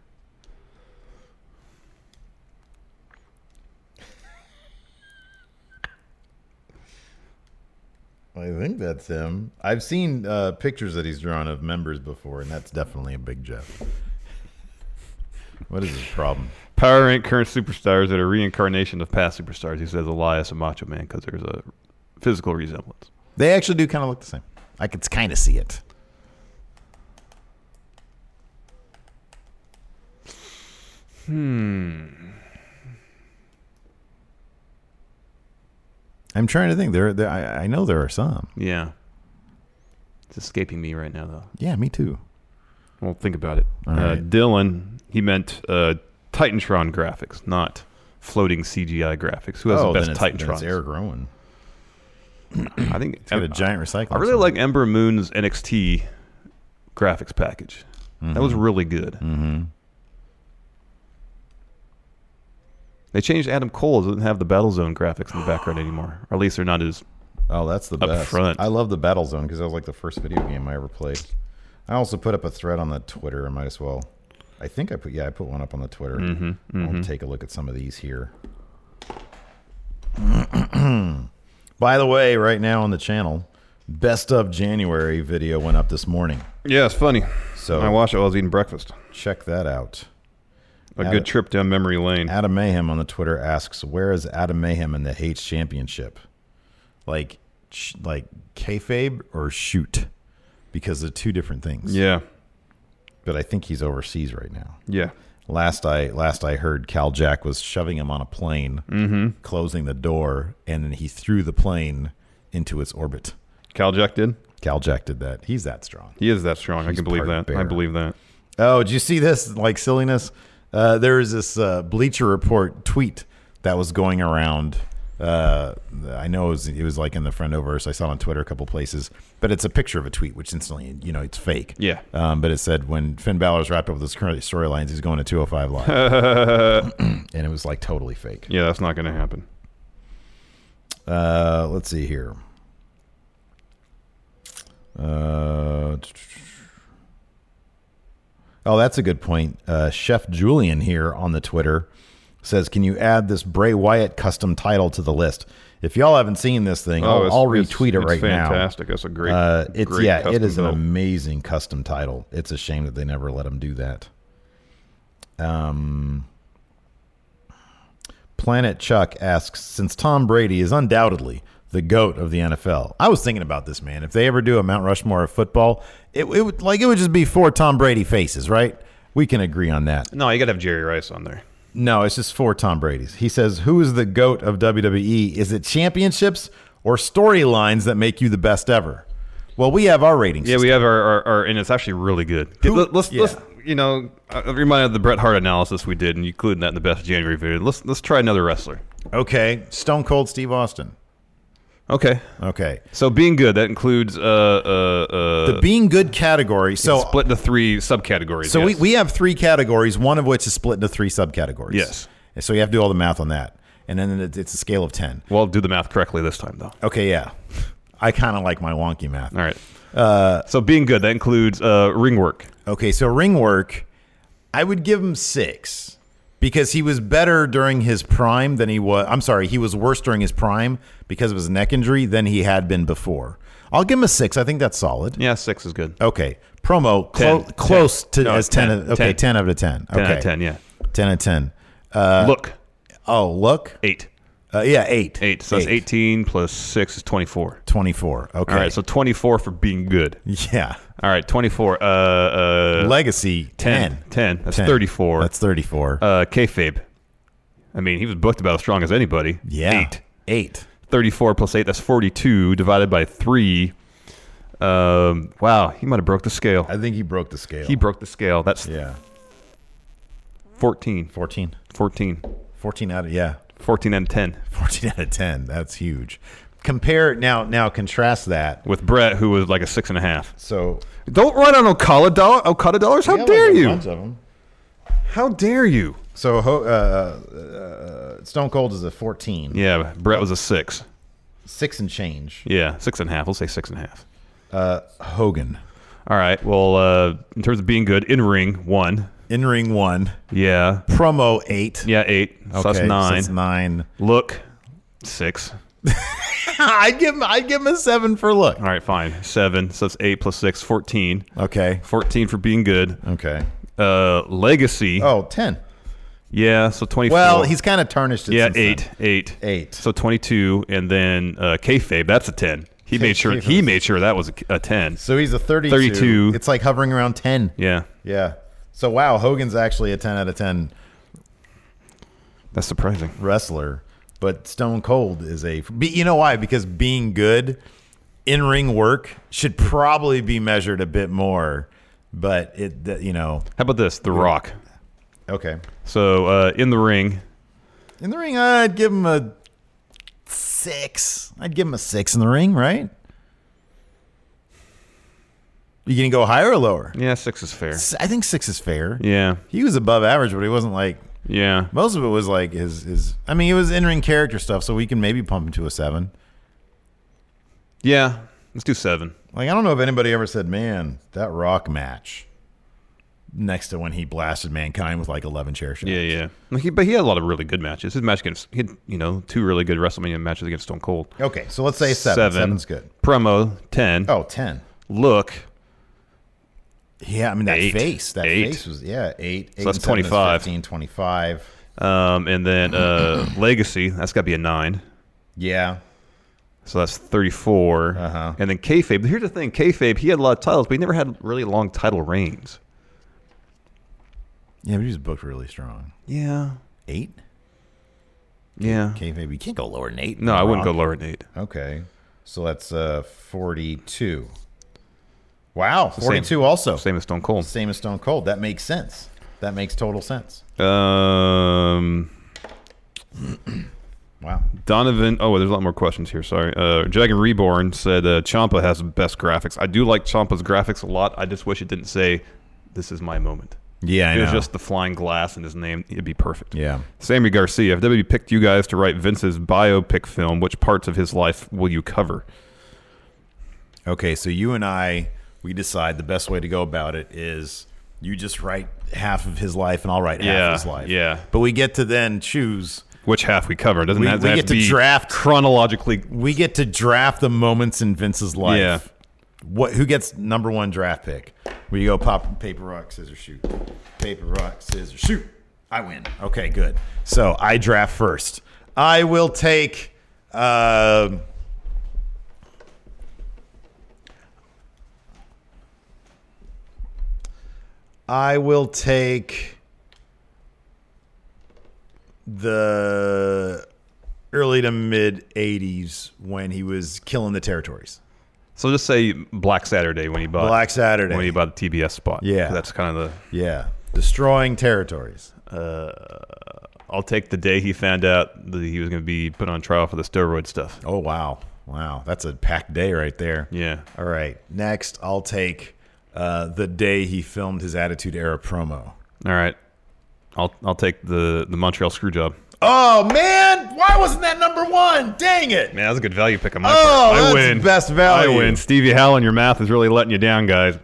[SPEAKER 4] I think that's him. I've seen uh, pictures that he's drawn of members before, and that's definitely a Big Jeff. What is his problem?
[SPEAKER 5] Power rank current superstars that are reincarnation of past superstars. He says Elias and Macho Man because there's a physical resemblance.
[SPEAKER 4] They actually do kind of look the same. I could kind of see it.
[SPEAKER 5] Hmm.
[SPEAKER 4] I'm trying to think. There, there I, I know there are some.
[SPEAKER 5] Yeah. It's escaping me right now, though.
[SPEAKER 4] Yeah, me too.
[SPEAKER 5] Well, think about it.
[SPEAKER 4] All
[SPEAKER 5] uh,
[SPEAKER 4] right.
[SPEAKER 5] Dylan, he meant uh, Titantron graphics, not floating CGI graphics. Who has
[SPEAKER 4] Oh,
[SPEAKER 5] the
[SPEAKER 4] then
[SPEAKER 5] best
[SPEAKER 4] it's- then it's
[SPEAKER 5] Titantrons?
[SPEAKER 4] Eric Rowan.
[SPEAKER 5] I think
[SPEAKER 4] It's got a giant recycling.
[SPEAKER 5] I really like Ember Moon's NXT graphics package. That was
[SPEAKER 4] Mhm.
[SPEAKER 5] really good.
[SPEAKER 4] Mm-hmm.
[SPEAKER 5] They changed Adam Cole. Doesn't have the Battle Zone graphics in the background anymore. Or at least they're not as.
[SPEAKER 4] Oh, that's the
[SPEAKER 5] up
[SPEAKER 4] best.
[SPEAKER 5] front.
[SPEAKER 4] I love the Battle Zone because that was like the first video game I ever played. I also put up a thread on the Twitter. I might as well. I think I put yeah, I put one up on the Twitter.
[SPEAKER 5] Mhm,
[SPEAKER 4] I'll
[SPEAKER 5] mhm.
[SPEAKER 4] take a look at some of these here. By the way, right now on the channel, best of January video went up this morning.
[SPEAKER 5] Yeah, it's funny.
[SPEAKER 4] So
[SPEAKER 5] I watched it while I was eating breakfast.
[SPEAKER 4] Check that out.
[SPEAKER 5] A good trip down memory lane.
[SPEAKER 4] Adam Mayhem on the Twitter asks, "Where is Adam Mayhem in the Hates Championship? Like, sh- like kayfabe or shoot? Because they're two different things."
[SPEAKER 5] Yeah.
[SPEAKER 4] but I think he's overseas right now.
[SPEAKER 5] Yeah.
[SPEAKER 4] Last I last I heard, Cal Jack was shoving him on a plane,
[SPEAKER 5] Mhm.
[SPEAKER 4] closing the door, and then he threw the plane into its orbit.
[SPEAKER 5] Cal Jack did.
[SPEAKER 4] Cal Jack did that. He's that strong.
[SPEAKER 5] He is that strong. I
[SPEAKER 4] He's
[SPEAKER 5] can believe that.
[SPEAKER 4] part
[SPEAKER 5] I
[SPEAKER 4] bear.
[SPEAKER 5] believe that.
[SPEAKER 4] Oh, did you see this? Like silliness. Uh, there was this uh, Bleacher Report tweet that was going around. Uh, I know it was, it was like in the friendoverse. I saw it on Twitter a couple places, but it's a picture of a tweet, which instantly, you know, it's fake.
[SPEAKER 5] Yeah.
[SPEAKER 4] Um, but it said when Finn Balor's wrapped up with his current storylines, he's going to 205 live,
[SPEAKER 5] yeah,
[SPEAKER 4] and it was like totally fake.
[SPEAKER 5] that's not going to happen.
[SPEAKER 4] Uh, let's see here. Uh, oh, that's a good point. Uh, Chef Julian here on the Twitter says, "Can you add this Bray Wyatt custom title to the list?" If y'all haven't seen this thing,
[SPEAKER 5] Oh,
[SPEAKER 4] I'll-
[SPEAKER 5] it's-
[SPEAKER 4] I'll,
[SPEAKER 5] it's-
[SPEAKER 4] retweet it
[SPEAKER 5] it's
[SPEAKER 4] right now.
[SPEAKER 5] fantastic. That's a great-
[SPEAKER 4] Uh, it's
[SPEAKER 5] great
[SPEAKER 4] yeah, it
[SPEAKER 5] custom
[SPEAKER 4] is an
[SPEAKER 5] build.
[SPEAKER 4] amazing custom title. It's a shame that they never let him do that. Um. Planet Chuck asks, since Tom Brady is undoubtedly the goat of the NFL, I was thinking about this, man. If they ever do a Mount Rushmore of football, it, it would like it would just be four Tom Brady faces, right? We can agree on that.
[SPEAKER 5] No, you got to have Jerry Rice on there.
[SPEAKER 4] No, it's just four Tom Brady's. He says, "Who is the goat of WWE? Is it championships or storylines that make you the best ever?" Well, we have our ratings.
[SPEAKER 5] Yeah, we have our, our, our and it's actually really good. Let, us let's you know, I'm reminded of the Bret Hart analysis we did, and you included that in the best of January video. Let's let's try another wrestler.
[SPEAKER 4] Okay, Stone Cold Steve Austin.
[SPEAKER 5] Okay.
[SPEAKER 4] Okay.
[SPEAKER 5] So being good that includes uh uh uh
[SPEAKER 4] The being good category. So uh,
[SPEAKER 5] split into three subcategories.
[SPEAKER 4] So we,
[SPEAKER 5] yes.
[SPEAKER 4] we have three categories, one of which is split into three subcategories.
[SPEAKER 5] Yes.
[SPEAKER 4] And so you have to do all the math on that. And then it- it's a scale of 10.
[SPEAKER 5] well do the math correctly this time though.
[SPEAKER 4] Okay, yeah. I kind of like my wonky math.
[SPEAKER 5] All right. Uh, so being good that includes uh ring work.
[SPEAKER 4] Okay, so ring work, I would give him six because he was better during his prime than he was. I'm sorry, he was worse during his prime because of his neck injury than he had been before. I'll give him a six. I think that's solid.
[SPEAKER 5] Yeah, six is good.
[SPEAKER 4] Okay. Promo clo-
[SPEAKER 5] Ten.
[SPEAKER 4] close
[SPEAKER 5] Ten.
[SPEAKER 4] to
[SPEAKER 5] No,
[SPEAKER 4] as 10,
[SPEAKER 5] ten.
[SPEAKER 4] of- okay,
[SPEAKER 5] Ten.
[SPEAKER 4] 10 out of 10. Okay.
[SPEAKER 5] 10 out of 10, yeah.
[SPEAKER 4] 10 out of 10. Uh,
[SPEAKER 5] Look.
[SPEAKER 4] Oh, look.
[SPEAKER 5] Eight.
[SPEAKER 4] Uh, yeah, eight.
[SPEAKER 5] Eight. So that's
[SPEAKER 4] Eight.
[SPEAKER 5] eighteen plus six is twenty four.
[SPEAKER 4] 24. Okay.
[SPEAKER 5] All right, so 24 for being good.
[SPEAKER 4] Yeah.
[SPEAKER 5] All right, 24. Uh, uh,
[SPEAKER 4] Legacy,
[SPEAKER 5] 10.
[SPEAKER 4] 10.
[SPEAKER 5] 10. That's
[SPEAKER 4] 10.
[SPEAKER 5] 34.
[SPEAKER 4] That's 34.
[SPEAKER 5] Uh, kayfabe. I mean, he was booked about as strong as anybody.
[SPEAKER 4] Yeah.
[SPEAKER 5] Eight.
[SPEAKER 4] Eight.
[SPEAKER 5] 34 plus 8, that's 42 divided by 3. Um, wow, he might have broke the scale.
[SPEAKER 4] I think he broke the scale.
[SPEAKER 5] He broke the scale. That's
[SPEAKER 4] Yeah.
[SPEAKER 5] 14.
[SPEAKER 4] 14.
[SPEAKER 5] 14.
[SPEAKER 4] 14 out of, yeah.
[SPEAKER 5] 14 out of 10.
[SPEAKER 4] 14 out of 10. That's huge. Compare now, now contrast that.
[SPEAKER 5] With Brett, who was like a six and a half.
[SPEAKER 4] So,
[SPEAKER 5] Don't run on Okada, dollar, Okada dollars. How
[SPEAKER 4] Yeah,
[SPEAKER 5] dare
[SPEAKER 4] like a
[SPEAKER 5] you?
[SPEAKER 4] bunch of 'em.
[SPEAKER 5] How dare you?
[SPEAKER 4] So, ho- uh, uh, Stone Cold is a 14.
[SPEAKER 5] Yeah, Brett was a six.
[SPEAKER 4] Six and change.
[SPEAKER 5] Yeah, six and a half. We'll say six and a half.
[SPEAKER 4] Uh, Hogan.
[SPEAKER 5] All right. Well, uh, in terms of being good, in ring one.
[SPEAKER 4] In ring one.
[SPEAKER 5] Yeah.
[SPEAKER 4] Promo eight.
[SPEAKER 5] Yeah, eight. So that's
[SPEAKER 4] Okay, so
[SPEAKER 5] nine.
[SPEAKER 4] that's nine.
[SPEAKER 5] Look, six.
[SPEAKER 4] I'd give him, I'd give him a seven for look.
[SPEAKER 5] All right, fine. Seven. So that's eight plus six, 14.
[SPEAKER 4] Okay.
[SPEAKER 5] 14 for being good.
[SPEAKER 4] Okay.
[SPEAKER 5] Uh, legacy.
[SPEAKER 4] Oh, 10.
[SPEAKER 5] Yeah, so 24.
[SPEAKER 4] Well, he's kind of tarnished it.
[SPEAKER 5] Yeah,
[SPEAKER 4] since
[SPEAKER 5] eight,
[SPEAKER 4] then.
[SPEAKER 5] eight,
[SPEAKER 4] Eight.
[SPEAKER 5] So 22. And then uh, kayfabe, that's a 10. He made sure
[SPEAKER 4] Kayfabe
[SPEAKER 5] he made sure that was a, a 10.
[SPEAKER 4] So he's a 32.
[SPEAKER 5] 32.
[SPEAKER 4] It's like hovering around 10.
[SPEAKER 5] yeah,
[SPEAKER 4] Yeah. So wow, Hogan's actually a 10 out of 10
[SPEAKER 5] that's surprising.
[SPEAKER 4] wrestler, but Stone Cold is a be- You know why? Because being good in ring work should probably be measured a bit more, but it that- you know,
[SPEAKER 5] How about this? The Rock.
[SPEAKER 4] okay.
[SPEAKER 5] So uh, in the ring,
[SPEAKER 4] In the ring, I'd give him a 6. I'd give him a 6 in the ring, right? You going to go higher or lower?
[SPEAKER 5] yeah, six is fair.
[SPEAKER 4] S- I think 6 is fair.
[SPEAKER 5] Yeah.
[SPEAKER 4] He was above average, but he wasn't like
[SPEAKER 5] Yeah.
[SPEAKER 4] Most of it was like his his. I mean, it was entering character stuff, so we can maybe pump him to a seven.
[SPEAKER 5] Yeah, let's do seven.
[SPEAKER 4] Like I don't know if anybody ever said, "Man, that rock match." Next to when he blasted mankind with like eleven chair shots.
[SPEAKER 5] Yeah, yeah. Like he, but he had a lot of really good matches. His match against, he had, you know, two really good WrestleMania matches against Stone Cold.
[SPEAKER 4] Okay, so let's say seven. Seven's good.
[SPEAKER 5] Promo ten.
[SPEAKER 4] Oh, 10.
[SPEAKER 5] Look.
[SPEAKER 4] Yeah, I mean that
[SPEAKER 5] Eight.
[SPEAKER 4] face. That
[SPEAKER 5] Eight.
[SPEAKER 4] face was yeah eight. eight
[SPEAKER 5] so that's
[SPEAKER 4] and seven
[SPEAKER 5] twenty
[SPEAKER 4] is
[SPEAKER 5] five.
[SPEAKER 4] 15, 25.
[SPEAKER 5] Um, and then uh, Legacy. That's got to be a nine.
[SPEAKER 4] Yeah.
[SPEAKER 5] So that's thirty four. Uh-huh. And then kayfabe. Here's the thing: kayfabe. He had a lot of titles, but he never had really long title reigns.
[SPEAKER 4] Yeah, but he was booked really strong.
[SPEAKER 5] Yeah.
[SPEAKER 4] Eight.
[SPEAKER 5] Yeah.
[SPEAKER 4] Okay, maybe you can't go lower than eight.
[SPEAKER 5] No, I wouldn't go
[SPEAKER 4] Rock.
[SPEAKER 5] lower than eight.
[SPEAKER 4] Okay, so that's uh forty-two. Wow,
[SPEAKER 5] Same-
[SPEAKER 4] forty-two also.
[SPEAKER 5] Same as Stone Cold.
[SPEAKER 4] Same as Stone Cold. That makes sense. That makes total sense.
[SPEAKER 5] Um.
[SPEAKER 4] Wow.
[SPEAKER 5] Donovan. Oh, there's a lot more questions here. Sorry. Uh, Dragon Reborn said uh, Champa has the best graphics. I do like Champa's graphics a lot. I just wish it didn't say, "This is my moment."
[SPEAKER 4] Yeah, I
[SPEAKER 5] if it was
[SPEAKER 4] know.
[SPEAKER 5] just the flying glass and his name, it'd be perfect.
[SPEAKER 4] Yeah.
[SPEAKER 5] Sammy Garcia. If WWE picked you guys to write Vince's biopic film, which parts of his life will you cover?
[SPEAKER 4] Okay, so you and I we decide the best way to go about it is you just write half of his life and I'll write
[SPEAKER 5] Yeah,
[SPEAKER 4] half his life.
[SPEAKER 5] yeah.
[SPEAKER 4] But we get to then choose
[SPEAKER 5] Which half we cover? Doesn't
[SPEAKER 4] we,
[SPEAKER 5] that
[SPEAKER 4] we
[SPEAKER 5] have
[SPEAKER 4] get
[SPEAKER 5] to
[SPEAKER 4] to
[SPEAKER 5] be
[SPEAKER 4] draft
[SPEAKER 5] chronologically
[SPEAKER 4] we get to draft the moments in Vince's life.
[SPEAKER 5] Yeah.
[SPEAKER 4] What who gets number one draft pick? We go pop paper rock scissors shoot. Paper rock scissors shoot. I win. Okay, good. So I draft first. I will take. Uh, I will take the early to mid 80s when he was killing the territories.
[SPEAKER 5] So just say Black Saturday when he bought
[SPEAKER 4] Black Saturday.
[SPEAKER 5] when he bought the TBS spot.
[SPEAKER 4] Yeah.
[SPEAKER 5] that's kind of the.
[SPEAKER 4] Yeah. Destroying territories.
[SPEAKER 5] Uh, I'll take the day he found out that he was going to be put on trial for the steroid stuff.
[SPEAKER 4] Oh wow, wow, that's a packed day right there.
[SPEAKER 5] Yeah.
[SPEAKER 4] All right. Next, I'll take uh, the day he filmed his Attitude Era promo.
[SPEAKER 5] All right, I'll I'll take the the Montreal screw job.
[SPEAKER 4] Oh man, why wasn't that number one? Dang it!
[SPEAKER 5] Man, that was a good value pick on my
[SPEAKER 4] Oh,
[SPEAKER 5] part. I
[SPEAKER 4] that's
[SPEAKER 5] win.
[SPEAKER 4] best value.
[SPEAKER 5] I win. Stevie Howlin, your math is really letting you down, guys.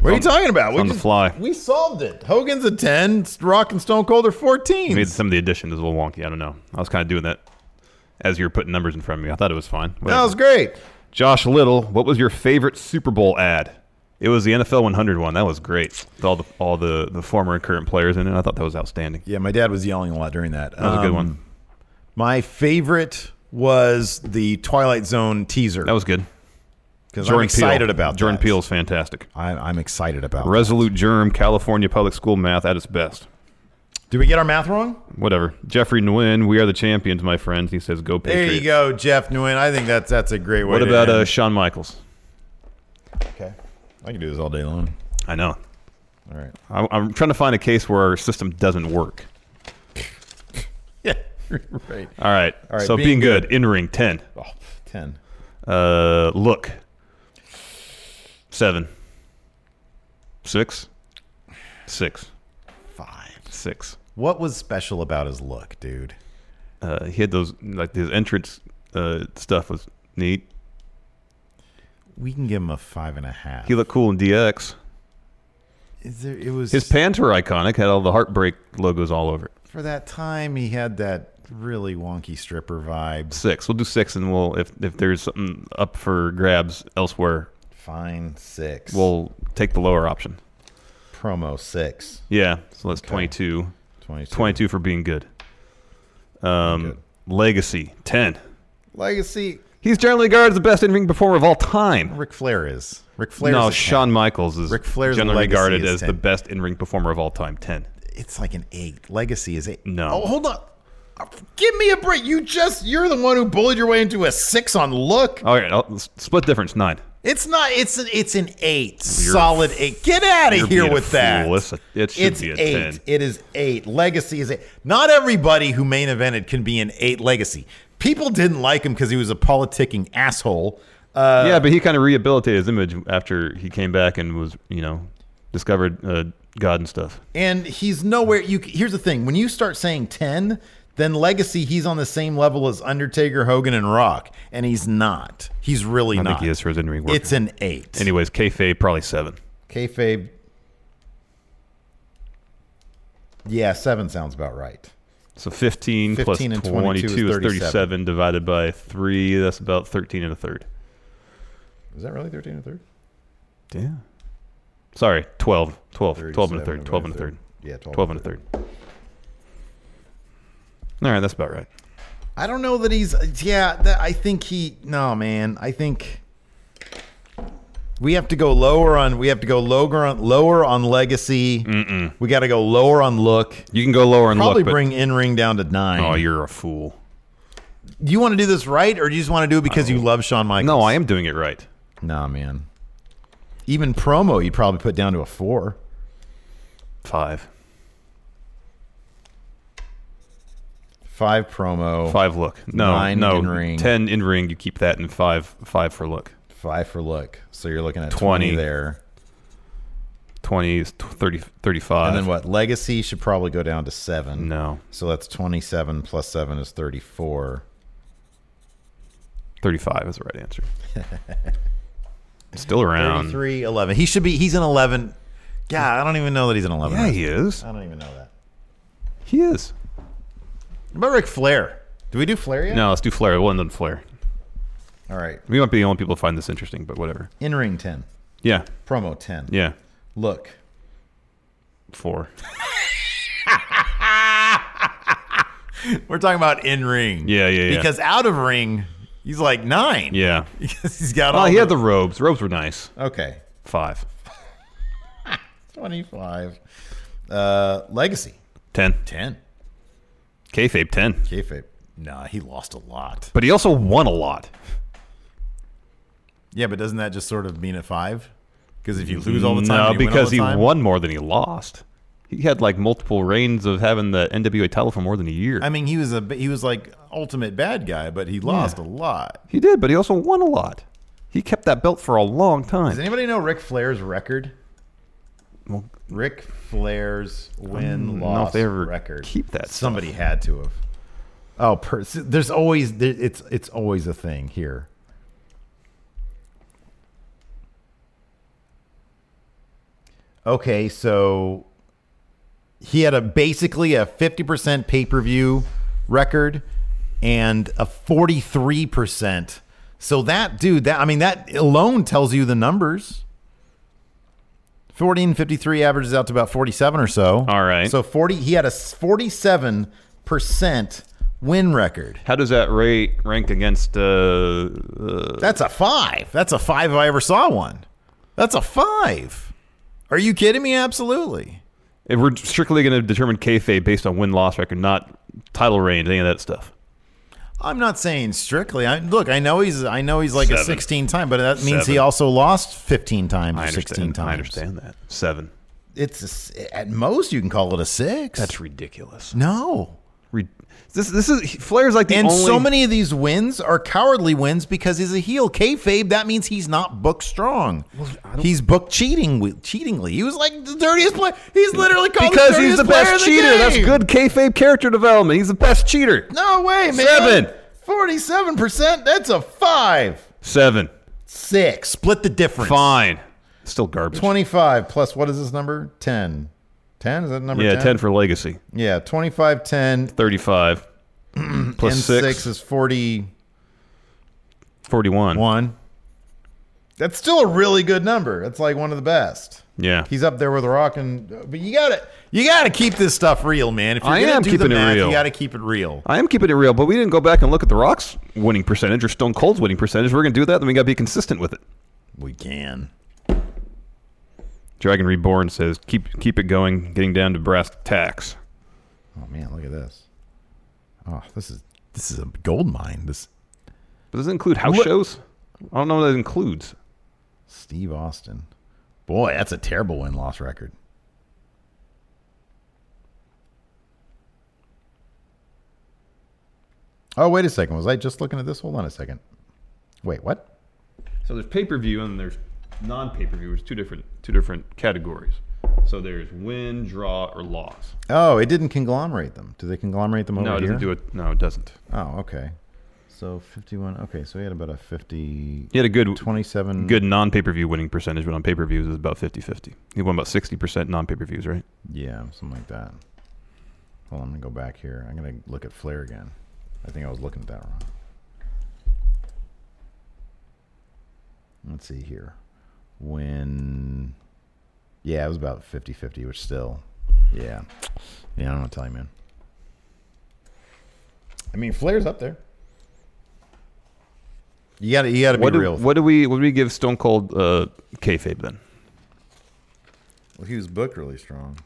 [SPEAKER 4] What are you
[SPEAKER 5] Um,
[SPEAKER 4] talking about?
[SPEAKER 5] on the fly.
[SPEAKER 4] We solved it. Hogan's a ten. Rock and Stone Cold are fourteen.
[SPEAKER 5] Maybe some of the additions is a little wonky. I don't know. I was kind of doing that as you were putting numbers in front of me. I thought it was fine.
[SPEAKER 4] That
[SPEAKER 5] Whatever.
[SPEAKER 4] was great.
[SPEAKER 5] Josh Little, what was your favorite Super Bowl ad? It was the NFL 100 one. That was great. With all the all the, the former and current players in it. I thought that was outstanding.
[SPEAKER 4] Yeah, my dad was yelling a lot during that. Um,
[SPEAKER 5] That was a good one.
[SPEAKER 4] My favorite was the Twilight Zone teaser. That
[SPEAKER 5] was good.
[SPEAKER 4] Because I'm excited
[SPEAKER 5] Peele.
[SPEAKER 4] about
[SPEAKER 5] Jordan
[SPEAKER 4] that.
[SPEAKER 5] Peele's fantastic.
[SPEAKER 4] I, I'm excited about.
[SPEAKER 5] Resolute Germ, California public school math at its best.
[SPEAKER 4] Did we get our math wrong?
[SPEAKER 5] Whatever. Jeffrey Nguyen, we are the champions, my friends. He says, go
[SPEAKER 4] There
[SPEAKER 5] Patriots.
[SPEAKER 4] you go, Jeff Nguyen. I think that's that's a great way.
[SPEAKER 5] What
[SPEAKER 4] to
[SPEAKER 5] about
[SPEAKER 4] end.
[SPEAKER 5] uh, Shawn Michaels?
[SPEAKER 4] Okay, I can do this all day long.
[SPEAKER 5] I know.
[SPEAKER 4] All right.
[SPEAKER 5] I'm, I'm trying to find a case where our system doesn't work.
[SPEAKER 4] Yeah. right.
[SPEAKER 5] All right.
[SPEAKER 4] All right,
[SPEAKER 5] So
[SPEAKER 4] being
[SPEAKER 5] being, good, in ring, 10.
[SPEAKER 4] Oh, pff, Ten.
[SPEAKER 5] Uh, look, 7. 6. 6.
[SPEAKER 4] 5.
[SPEAKER 5] 6.
[SPEAKER 4] What was special about his look, dude?
[SPEAKER 5] Uh, he had those, like, his entrance uh, stuff was neat.
[SPEAKER 4] We can give him a five and a half.
[SPEAKER 5] He looked cool in DX.
[SPEAKER 4] Is there? It was
[SPEAKER 5] His pants were iconic, had all the heartbreak logos all over it.
[SPEAKER 4] for that time. He had that really wonky stripper vibe.
[SPEAKER 5] Six. We'll do six, and we'll if if there's something up for grabs elsewhere,
[SPEAKER 4] Fine six.
[SPEAKER 5] we'll take the lower option.
[SPEAKER 4] promo six.
[SPEAKER 5] Yeah. So that's 22.
[SPEAKER 4] 22.
[SPEAKER 5] 22 for being good. Um, Legacy, 10.
[SPEAKER 4] Legacy.
[SPEAKER 5] He's generally regarded as the best in ring performer of all time.
[SPEAKER 4] Ric Flair is. Ric Flair. is
[SPEAKER 5] no,
[SPEAKER 4] a
[SPEAKER 5] Shawn
[SPEAKER 4] 10.
[SPEAKER 5] Michaels is
[SPEAKER 4] Ric Flair's
[SPEAKER 5] generally
[SPEAKER 4] legacy
[SPEAKER 5] regarded
[SPEAKER 4] is
[SPEAKER 5] as
[SPEAKER 4] 10.
[SPEAKER 5] the best in ring performer of all time. 10.
[SPEAKER 4] It's like an eight. Legacy is eight.
[SPEAKER 5] No.
[SPEAKER 4] Oh, hold on. Give me a break. You just you're the one who bullied your way into a six on look.
[SPEAKER 5] All right, I'll, split difference, 9.
[SPEAKER 4] It's not. It's an. It's an 8
[SPEAKER 5] You're-
[SPEAKER 4] solid eight. Get out
[SPEAKER 5] you're
[SPEAKER 4] of here
[SPEAKER 5] being a
[SPEAKER 4] with that.
[SPEAKER 5] fool. It's a- it should
[SPEAKER 4] it's
[SPEAKER 5] be a
[SPEAKER 4] eight.
[SPEAKER 5] 10.
[SPEAKER 4] It is eight. Legacy is eight. Not everybody who main evented can be an eight legacy. People didn't like him because he was a politicking asshole. Uh,
[SPEAKER 5] yeah, but he kind of rehabilitated his image after he came back and was, you know, discovered uh, God and stuff.
[SPEAKER 4] And he's nowhere. You here's the thing: when you start saying ten, then Legacy, he's on the same level as Undertaker, Hogan, and Rock, and he's not. He's really
[SPEAKER 5] I
[SPEAKER 4] not.
[SPEAKER 5] think he is for his in-ring work.
[SPEAKER 4] It's an eight.
[SPEAKER 5] Anyways, kayfabe probably seven.
[SPEAKER 4] Kayfabe. Yeah, seven sounds about right.
[SPEAKER 5] So 15, plus
[SPEAKER 4] 15 and
[SPEAKER 5] 22,
[SPEAKER 4] 22
[SPEAKER 5] is
[SPEAKER 4] is
[SPEAKER 5] 37. divided by 3. That's about 13 and a third.
[SPEAKER 4] Is that really thirteen and a third?
[SPEAKER 5] Yeah. Sorry, 12. 12. 12 and a third. 12 and a third.
[SPEAKER 4] Yeah, 12
[SPEAKER 5] and a third. All right, that's about right.
[SPEAKER 4] I don't know that he's. Yeah, that, I think he. No, man. I think we have to go lower on. We have to go lower on lower on legacy. We got to go lower on look.
[SPEAKER 5] You can go lower on look,
[SPEAKER 4] Probably
[SPEAKER 5] but-
[SPEAKER 4] bring in ring down to nine.
[SPEAKER 5] Oh, you're a fool.
[SPEAKER 4] You want to do this right, or do you just want to do it because you love Shawn Michaels?
[SPEAKER 5] Oh. No, I am doing it right.
[SPEAKER 4] Nah, man. Even promo, you probably put down to a four,
[SPEAKER 5] five,
[SPEAKER 4] five promo,
[SPEAKER 5] Five look. No,
[SPEAKER 4] nine
[SPEAKER 5] no.
[SPEAKER 4] in ring,
[SPEAKER 5] 10 in ring. You keep that and 5 five for look.
[SPEAKER 4] five for look. So you're looking at
[SPEAKER 5] 20.
[SPEAKER 4] twenty, there,
[SPEAKER 5] 20 is tw- 30, 35.
[SPEAKER 4] and then what? Legacy should probably go down to seven.
[SPEAKER 5] No.
[SPEAKER 4] So that's twenty-seven plus seven is thirty-four.
[SPEAKER 5] 35 is the right answer. Still around.
[SPEAKER 4] 33, 11. He should be. He's an eleven. Yeah, I don't even know that he's an eleven.
[SPEAKER 5] Yeah, he is.
[SPEAKER 4] I don't even know that.
[SPEAKER 5] He is.
[SPEAKER 4] What about Ric Flair? Do we do Flair yet?
[SPEAKER 5] No, let's do Flair. One done Flair.
[SPEAKER 4] All right.
[SPEAKER 5] We might be the only people to find this interesting, but whatever.
[SPEAKER 4] In ring ten.
[SPEAKER 5] Yeah.
[SPEAKER 4] Promo ten.
[SPEAKER 5] Yeah.
[SPEAKER 4] Look.
[SPEAKER 5] Four.
[SPEAKER 4] We're talking about in ring.
[SPEAKER 5] Yeah, yeah, yeah.
[SPEAKER 4] Because out of ring, he's like nine.
[SPEAKER 5] Yeah.
[SPEAKER 4] Because he's got
[SPEAKER 5] Oh,
[SPEAKER 4] all.
[SPEAKER 5] he had the robes. Robes were nice.
[SPEAKER 4] Okay.
[SPEAKER 5] Five.
[SPEAKER 4] Twenty-five. Uh, legacy.
[SPEAKER 5] Ten.
[SPEAKER 4] Ten.
[SPEAKER 5] Kayfabe, ten.
[SPEAKER 4] Kayfabe. Nah, he lost a lot.
[SPEAKER 5] But he also won a lot.
[SPEAKER 4] Yeah, but doesn't that just sort of mean a five? Because if you lose all the time,
[SPEAKER 5] No,
[SPEAKER 4] and you win all
[SPEAKER 5] because
[SPEAKER 4] the
[SPEAKER 5] he
[SPEAKER 4] time-
[SPEAKER 5] won more than he lost. He had like multiple reigns of having the NWA title for more than a year.
[SPEAKER 4] I mean, he was a he was like ultimate bad guy, but he lost
[SPEAKER 5] Yeah.
[SPEAKER 4] a lot.
[SPEAKER 5] he did, but he also won a lot. He kept that belt for a long
[SPEAKER 4] Does
[SPEAKER 5] time.
[SPEAKER 4] anybody know Ric Flair's record?
[SPEAKER 5] Well-
[SPEAKER 4] Ric Flair's
[SPEAKER 5] don't
[SPEAKER 4] win
[SPEAKER 5] know
[SPEAKER 4] loss
[SPEAKER 5] if they ever
[SPEAKER 4] record.
[SPEAKER 5] keep that
[SPEAKER 4] Somebody had to have. Oh, per, there's always there, it's it's always a thing here. Okay, so he had a basically a 50% pay-per-view record and a 43%. So that dude, that I mean that alone tells you the numbers. 1453 averages out to about 47 or so. All
[SPEAKER 5] right.
[SPEAKER 4] So 40 he had a 47% win record.
[SPEAKER 5] How does that rate rank against? Uh, uh,
[SPEAKER 4] That's a 5. That's a 5 if I ever saw one. That's a 5. Are you kidding me? Absolutely.
[SPEAKER 5] if we're strictly going to determine kayfabe based on win loss record, not title reigns, any of that stuff.
[SPEAKER 4] I'm not saying strictly. I, look, I know he's I know he's like a
[SPEAKER 5] Seven.
[SPEAKER 4] 16 time, but that means
[SPEAKER 5] Seven.
[SPEAKER 4] he also lost 15 times
[SPEAKER 5] I
[SPEAKER 4] or 16
[SPEAKER 5] understand.
[SPEAKER 4] times.
[SPEAKER 5] I understand that. Seven.
[SPEAKER 4] It's a s at most you can call it a 6.
[SPEAKER 5] That's ridiculous.
[SPEAKER 4] No.
[SPEAKER 5] Re- this this is Flair's like the
[SPEAKER 4] and
[SPEAKER 5] only.
[SPEAKER 4] so many of these wins are cowardly wins because he's a heel. Kayfabe, that means he's not booked strong. he's booked cheating, cheatingly. He was like the dirtiest player. He's literally called
[SPEAKER 5] because
[SPEAKER 4] the
[SPEAKER 5] he's
[SPEAKER 4] dirtiest
[SPEAKER 5] the
[SPEAKER 4] player of
[SPEAKER 5] best
[SPEAKER 4] the
[SPEAKER 5] cheater. That's
[SPEAKER 4] game.
[SPEAKER 5] good kayfabe character development. He's the best cheater.
[SPEAKER 4] No way, man.
[SPEAKER 5] Seven.
[SPEAKER 4] Forty-seven percent. That's a five,
[SPEAKER 5] Seven.
[SPEAKER 4] six. Split the difference.
[SPEAKER 5] Fine. Still garbage.
[SPEAKER 4] 25 plus what is this number? 10. 10 is that number
[SPEAKER 5] yeah,
[SPEAKER 4] 10?
[SPEAKER 5] ten for legacy.
[SPEAKER 4] Yeah, 25 10
[SPEAKER 5] Thirty-five. plus
[SPEAKER 4] and
[SPEAKER 5] six.
[SPEAKER 4] 6 is 41.
[SPEAKER 5] Forty-one.
[SPEAKER 4] That's still a really good number. That's like one of the best.
[SPEAKER 5] Yeah.
[SPEAKER 4] He's up there with Rock and but you got to you got to keep this stuff real, man. If you're
[SPEAKER 5] I
[SPEAKER 4] going
[SPEAKER 5] am
[SPEAKER 4] to do the
[SPEAKER 5] keeping it
[SPEAKER 4] math,
[SPEAKER 5] real.
[SPEAKER 4] you got to keep it real.
[SPEAKER 5] I am keeping it real, but we didn't go back and look at The Rock's winning percentage or Stone Cold's winning percentage. We're going to do that, then we got to be consistent with it.
[SPEAKER 4] We can.
[SPEAKER 5] Dragon Reborn says, keep keep it going, getting down to brass tacks.
[SPEAKER 4] Oh man, look at this. Oh, this is this is a gold mine. This
[SPEAKER 5] But does it include house shows? I don't know what that includes.
[SPEAKER 4] Steve Austin. Boy, that's a terrible win loss record. Oh, wait a second. Was I just looking at this? Hold on a second. Wait, what?
[SPEAKER 5] So there's pay per view and there's non pay per view. There's two different two different categories. So there's win, draw, or loss.
[SPEAKER 4] Oh, it didn't conglomerate them. Do they conglomerate them over
[SPEAKER 5] No, it
[SPEAKER 4] here?
[SPEAKER 5] doesn't do it. No, it doesn't.
[SPEAKER 4] Oh, okay. So 51. Okay, so we had about a 50.
[SPEAKER 5] He had a good
[SPEAKER 4] 27.
[SPEAKER 5] good non pay per view winning percentage, but on pay per views is about 50 50. He won about 60% non pay per views, right?
[SPEAKER 4] Yeah, something like that. Hold on, I'm going to go back here. I'm going to look at Flair again. I think I was looking at that wrong. Let's see here. When. Yeah, it was about 50 50, which still. Yeah. Yeah, I don't know what to tell you, man. I mean, Flair's up there. You got to you got to be
[SPEAKER 5] what do,
[SPEAKER 4] real. with
[SPEAKER 5] What do we what do we give Stone Cold uh, kayfabe then?
[SPEAKER 4] Well, he was booked really strong.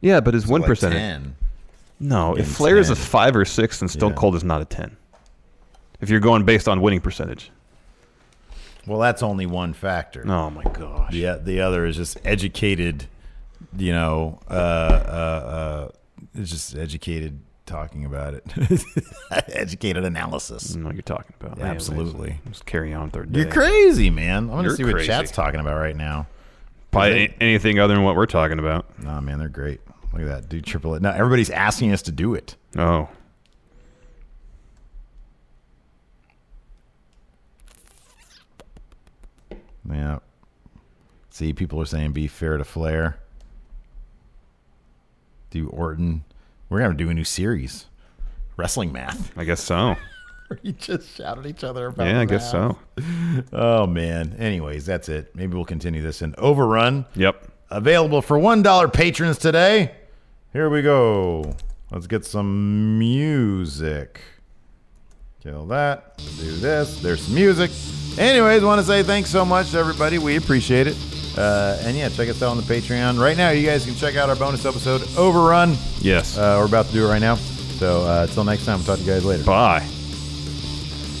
[SPEAKER 5] Yeah, but his
[SPEAKER 4] So
[SPEAKER 5] win
[SPEAKER 4] like
[SPEAKER 5] percentage.
[SPEAKER 4] 10.
[SPEAKER 5] No,
[SPEAKER 4] Yeah,
[SPEAKER 5] if Flair is a
[SPEAKER 4] 10.
[SPEAKER 5] five or six, then Stone
[SPEAKER 4] Yeah.
[SPEAKER 5] Cold is not a ten. If you're going based on winning percentage,
[SPEAKER 4] Well, that's only one factor.
[SPEAKER 5] Oh my gosh.
[SPEAKER 4] Yeah,
[SPEAKER 10] the other is just educated, you know, uh, uh, uh, it's just educated talking about it. educated analysis.
[SPEAKER 5] I know what you're talking about.
[SPEAKER 10] Absolutely.
[SPEAKER 5] Let's carry on third.
[SPEAKER 10] You're
[SPEAKER 5] day.
[SPEAKER 10] crazy, man. I want
[SPEAKER 5] You're
[SPEAKER 10] to see what
[SPEAKER 5] crazy.
[SPEAKER 10] chat's talking about right now.
[SPEAKER 5] Probably a- anything other than what we're talking about.
[SPEAKER 4] Nah, man, they're great. Look at that, dude. Triple it. Now everybody's asking us to do it.
[SPEAKER 5] Oh,
[SPEAKER 4] Yeah. See, people are saying be fair to Flair. Do Orton. We're gonna do a new series, wrestling math.
[SPEAKER 5] I guess so.
[SPEAKER 4] you just shout at each other about.
[SPEAKER 5] yeah, I guess
[SPEAKER 4] math.
[SPEAKER 5] so.
[SPEAKER 4] Oh man. Anyways, that's it. Maybe we'll continue this in Overrun.
[SPEAKER 5] Yep.
[SPEAKER 4] Available for one dollar patrons today. Here we go. Let's get some music. Kill that. Do this. There's some music. Anyways, want to say thanks so much to everybody. We appreciate it. Uh, and yeah, check us out on the Patreon. Right now, you guys can check out our bonus episode, Overrun.
[SPEAKER 5] Yes.
[SPEAKER 4] Uh, we're about to do it right now. So uh, until next time, we'll talk to you guys later.
[SPEAKER 5] Bye.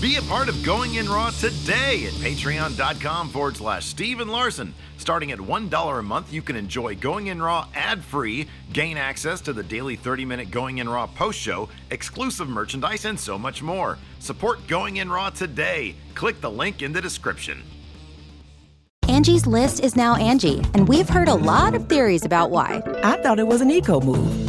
[SPEAKER 10] Be a part of Going In Raw today at patreon.com forward slash Steven Larson. Starting at $1 a month, you can enjoy Going In Raw ad free, gain access to the daily 30 minute Going In Raw post show, exclusive merchandise, and so much more. Support Going In Raw today. Click the link in the description.
[SPEAKER 11] Angie's list is now Angie, and we've heard a lot of theories about why.
[SPEAKER 12] I thought it was an eco move.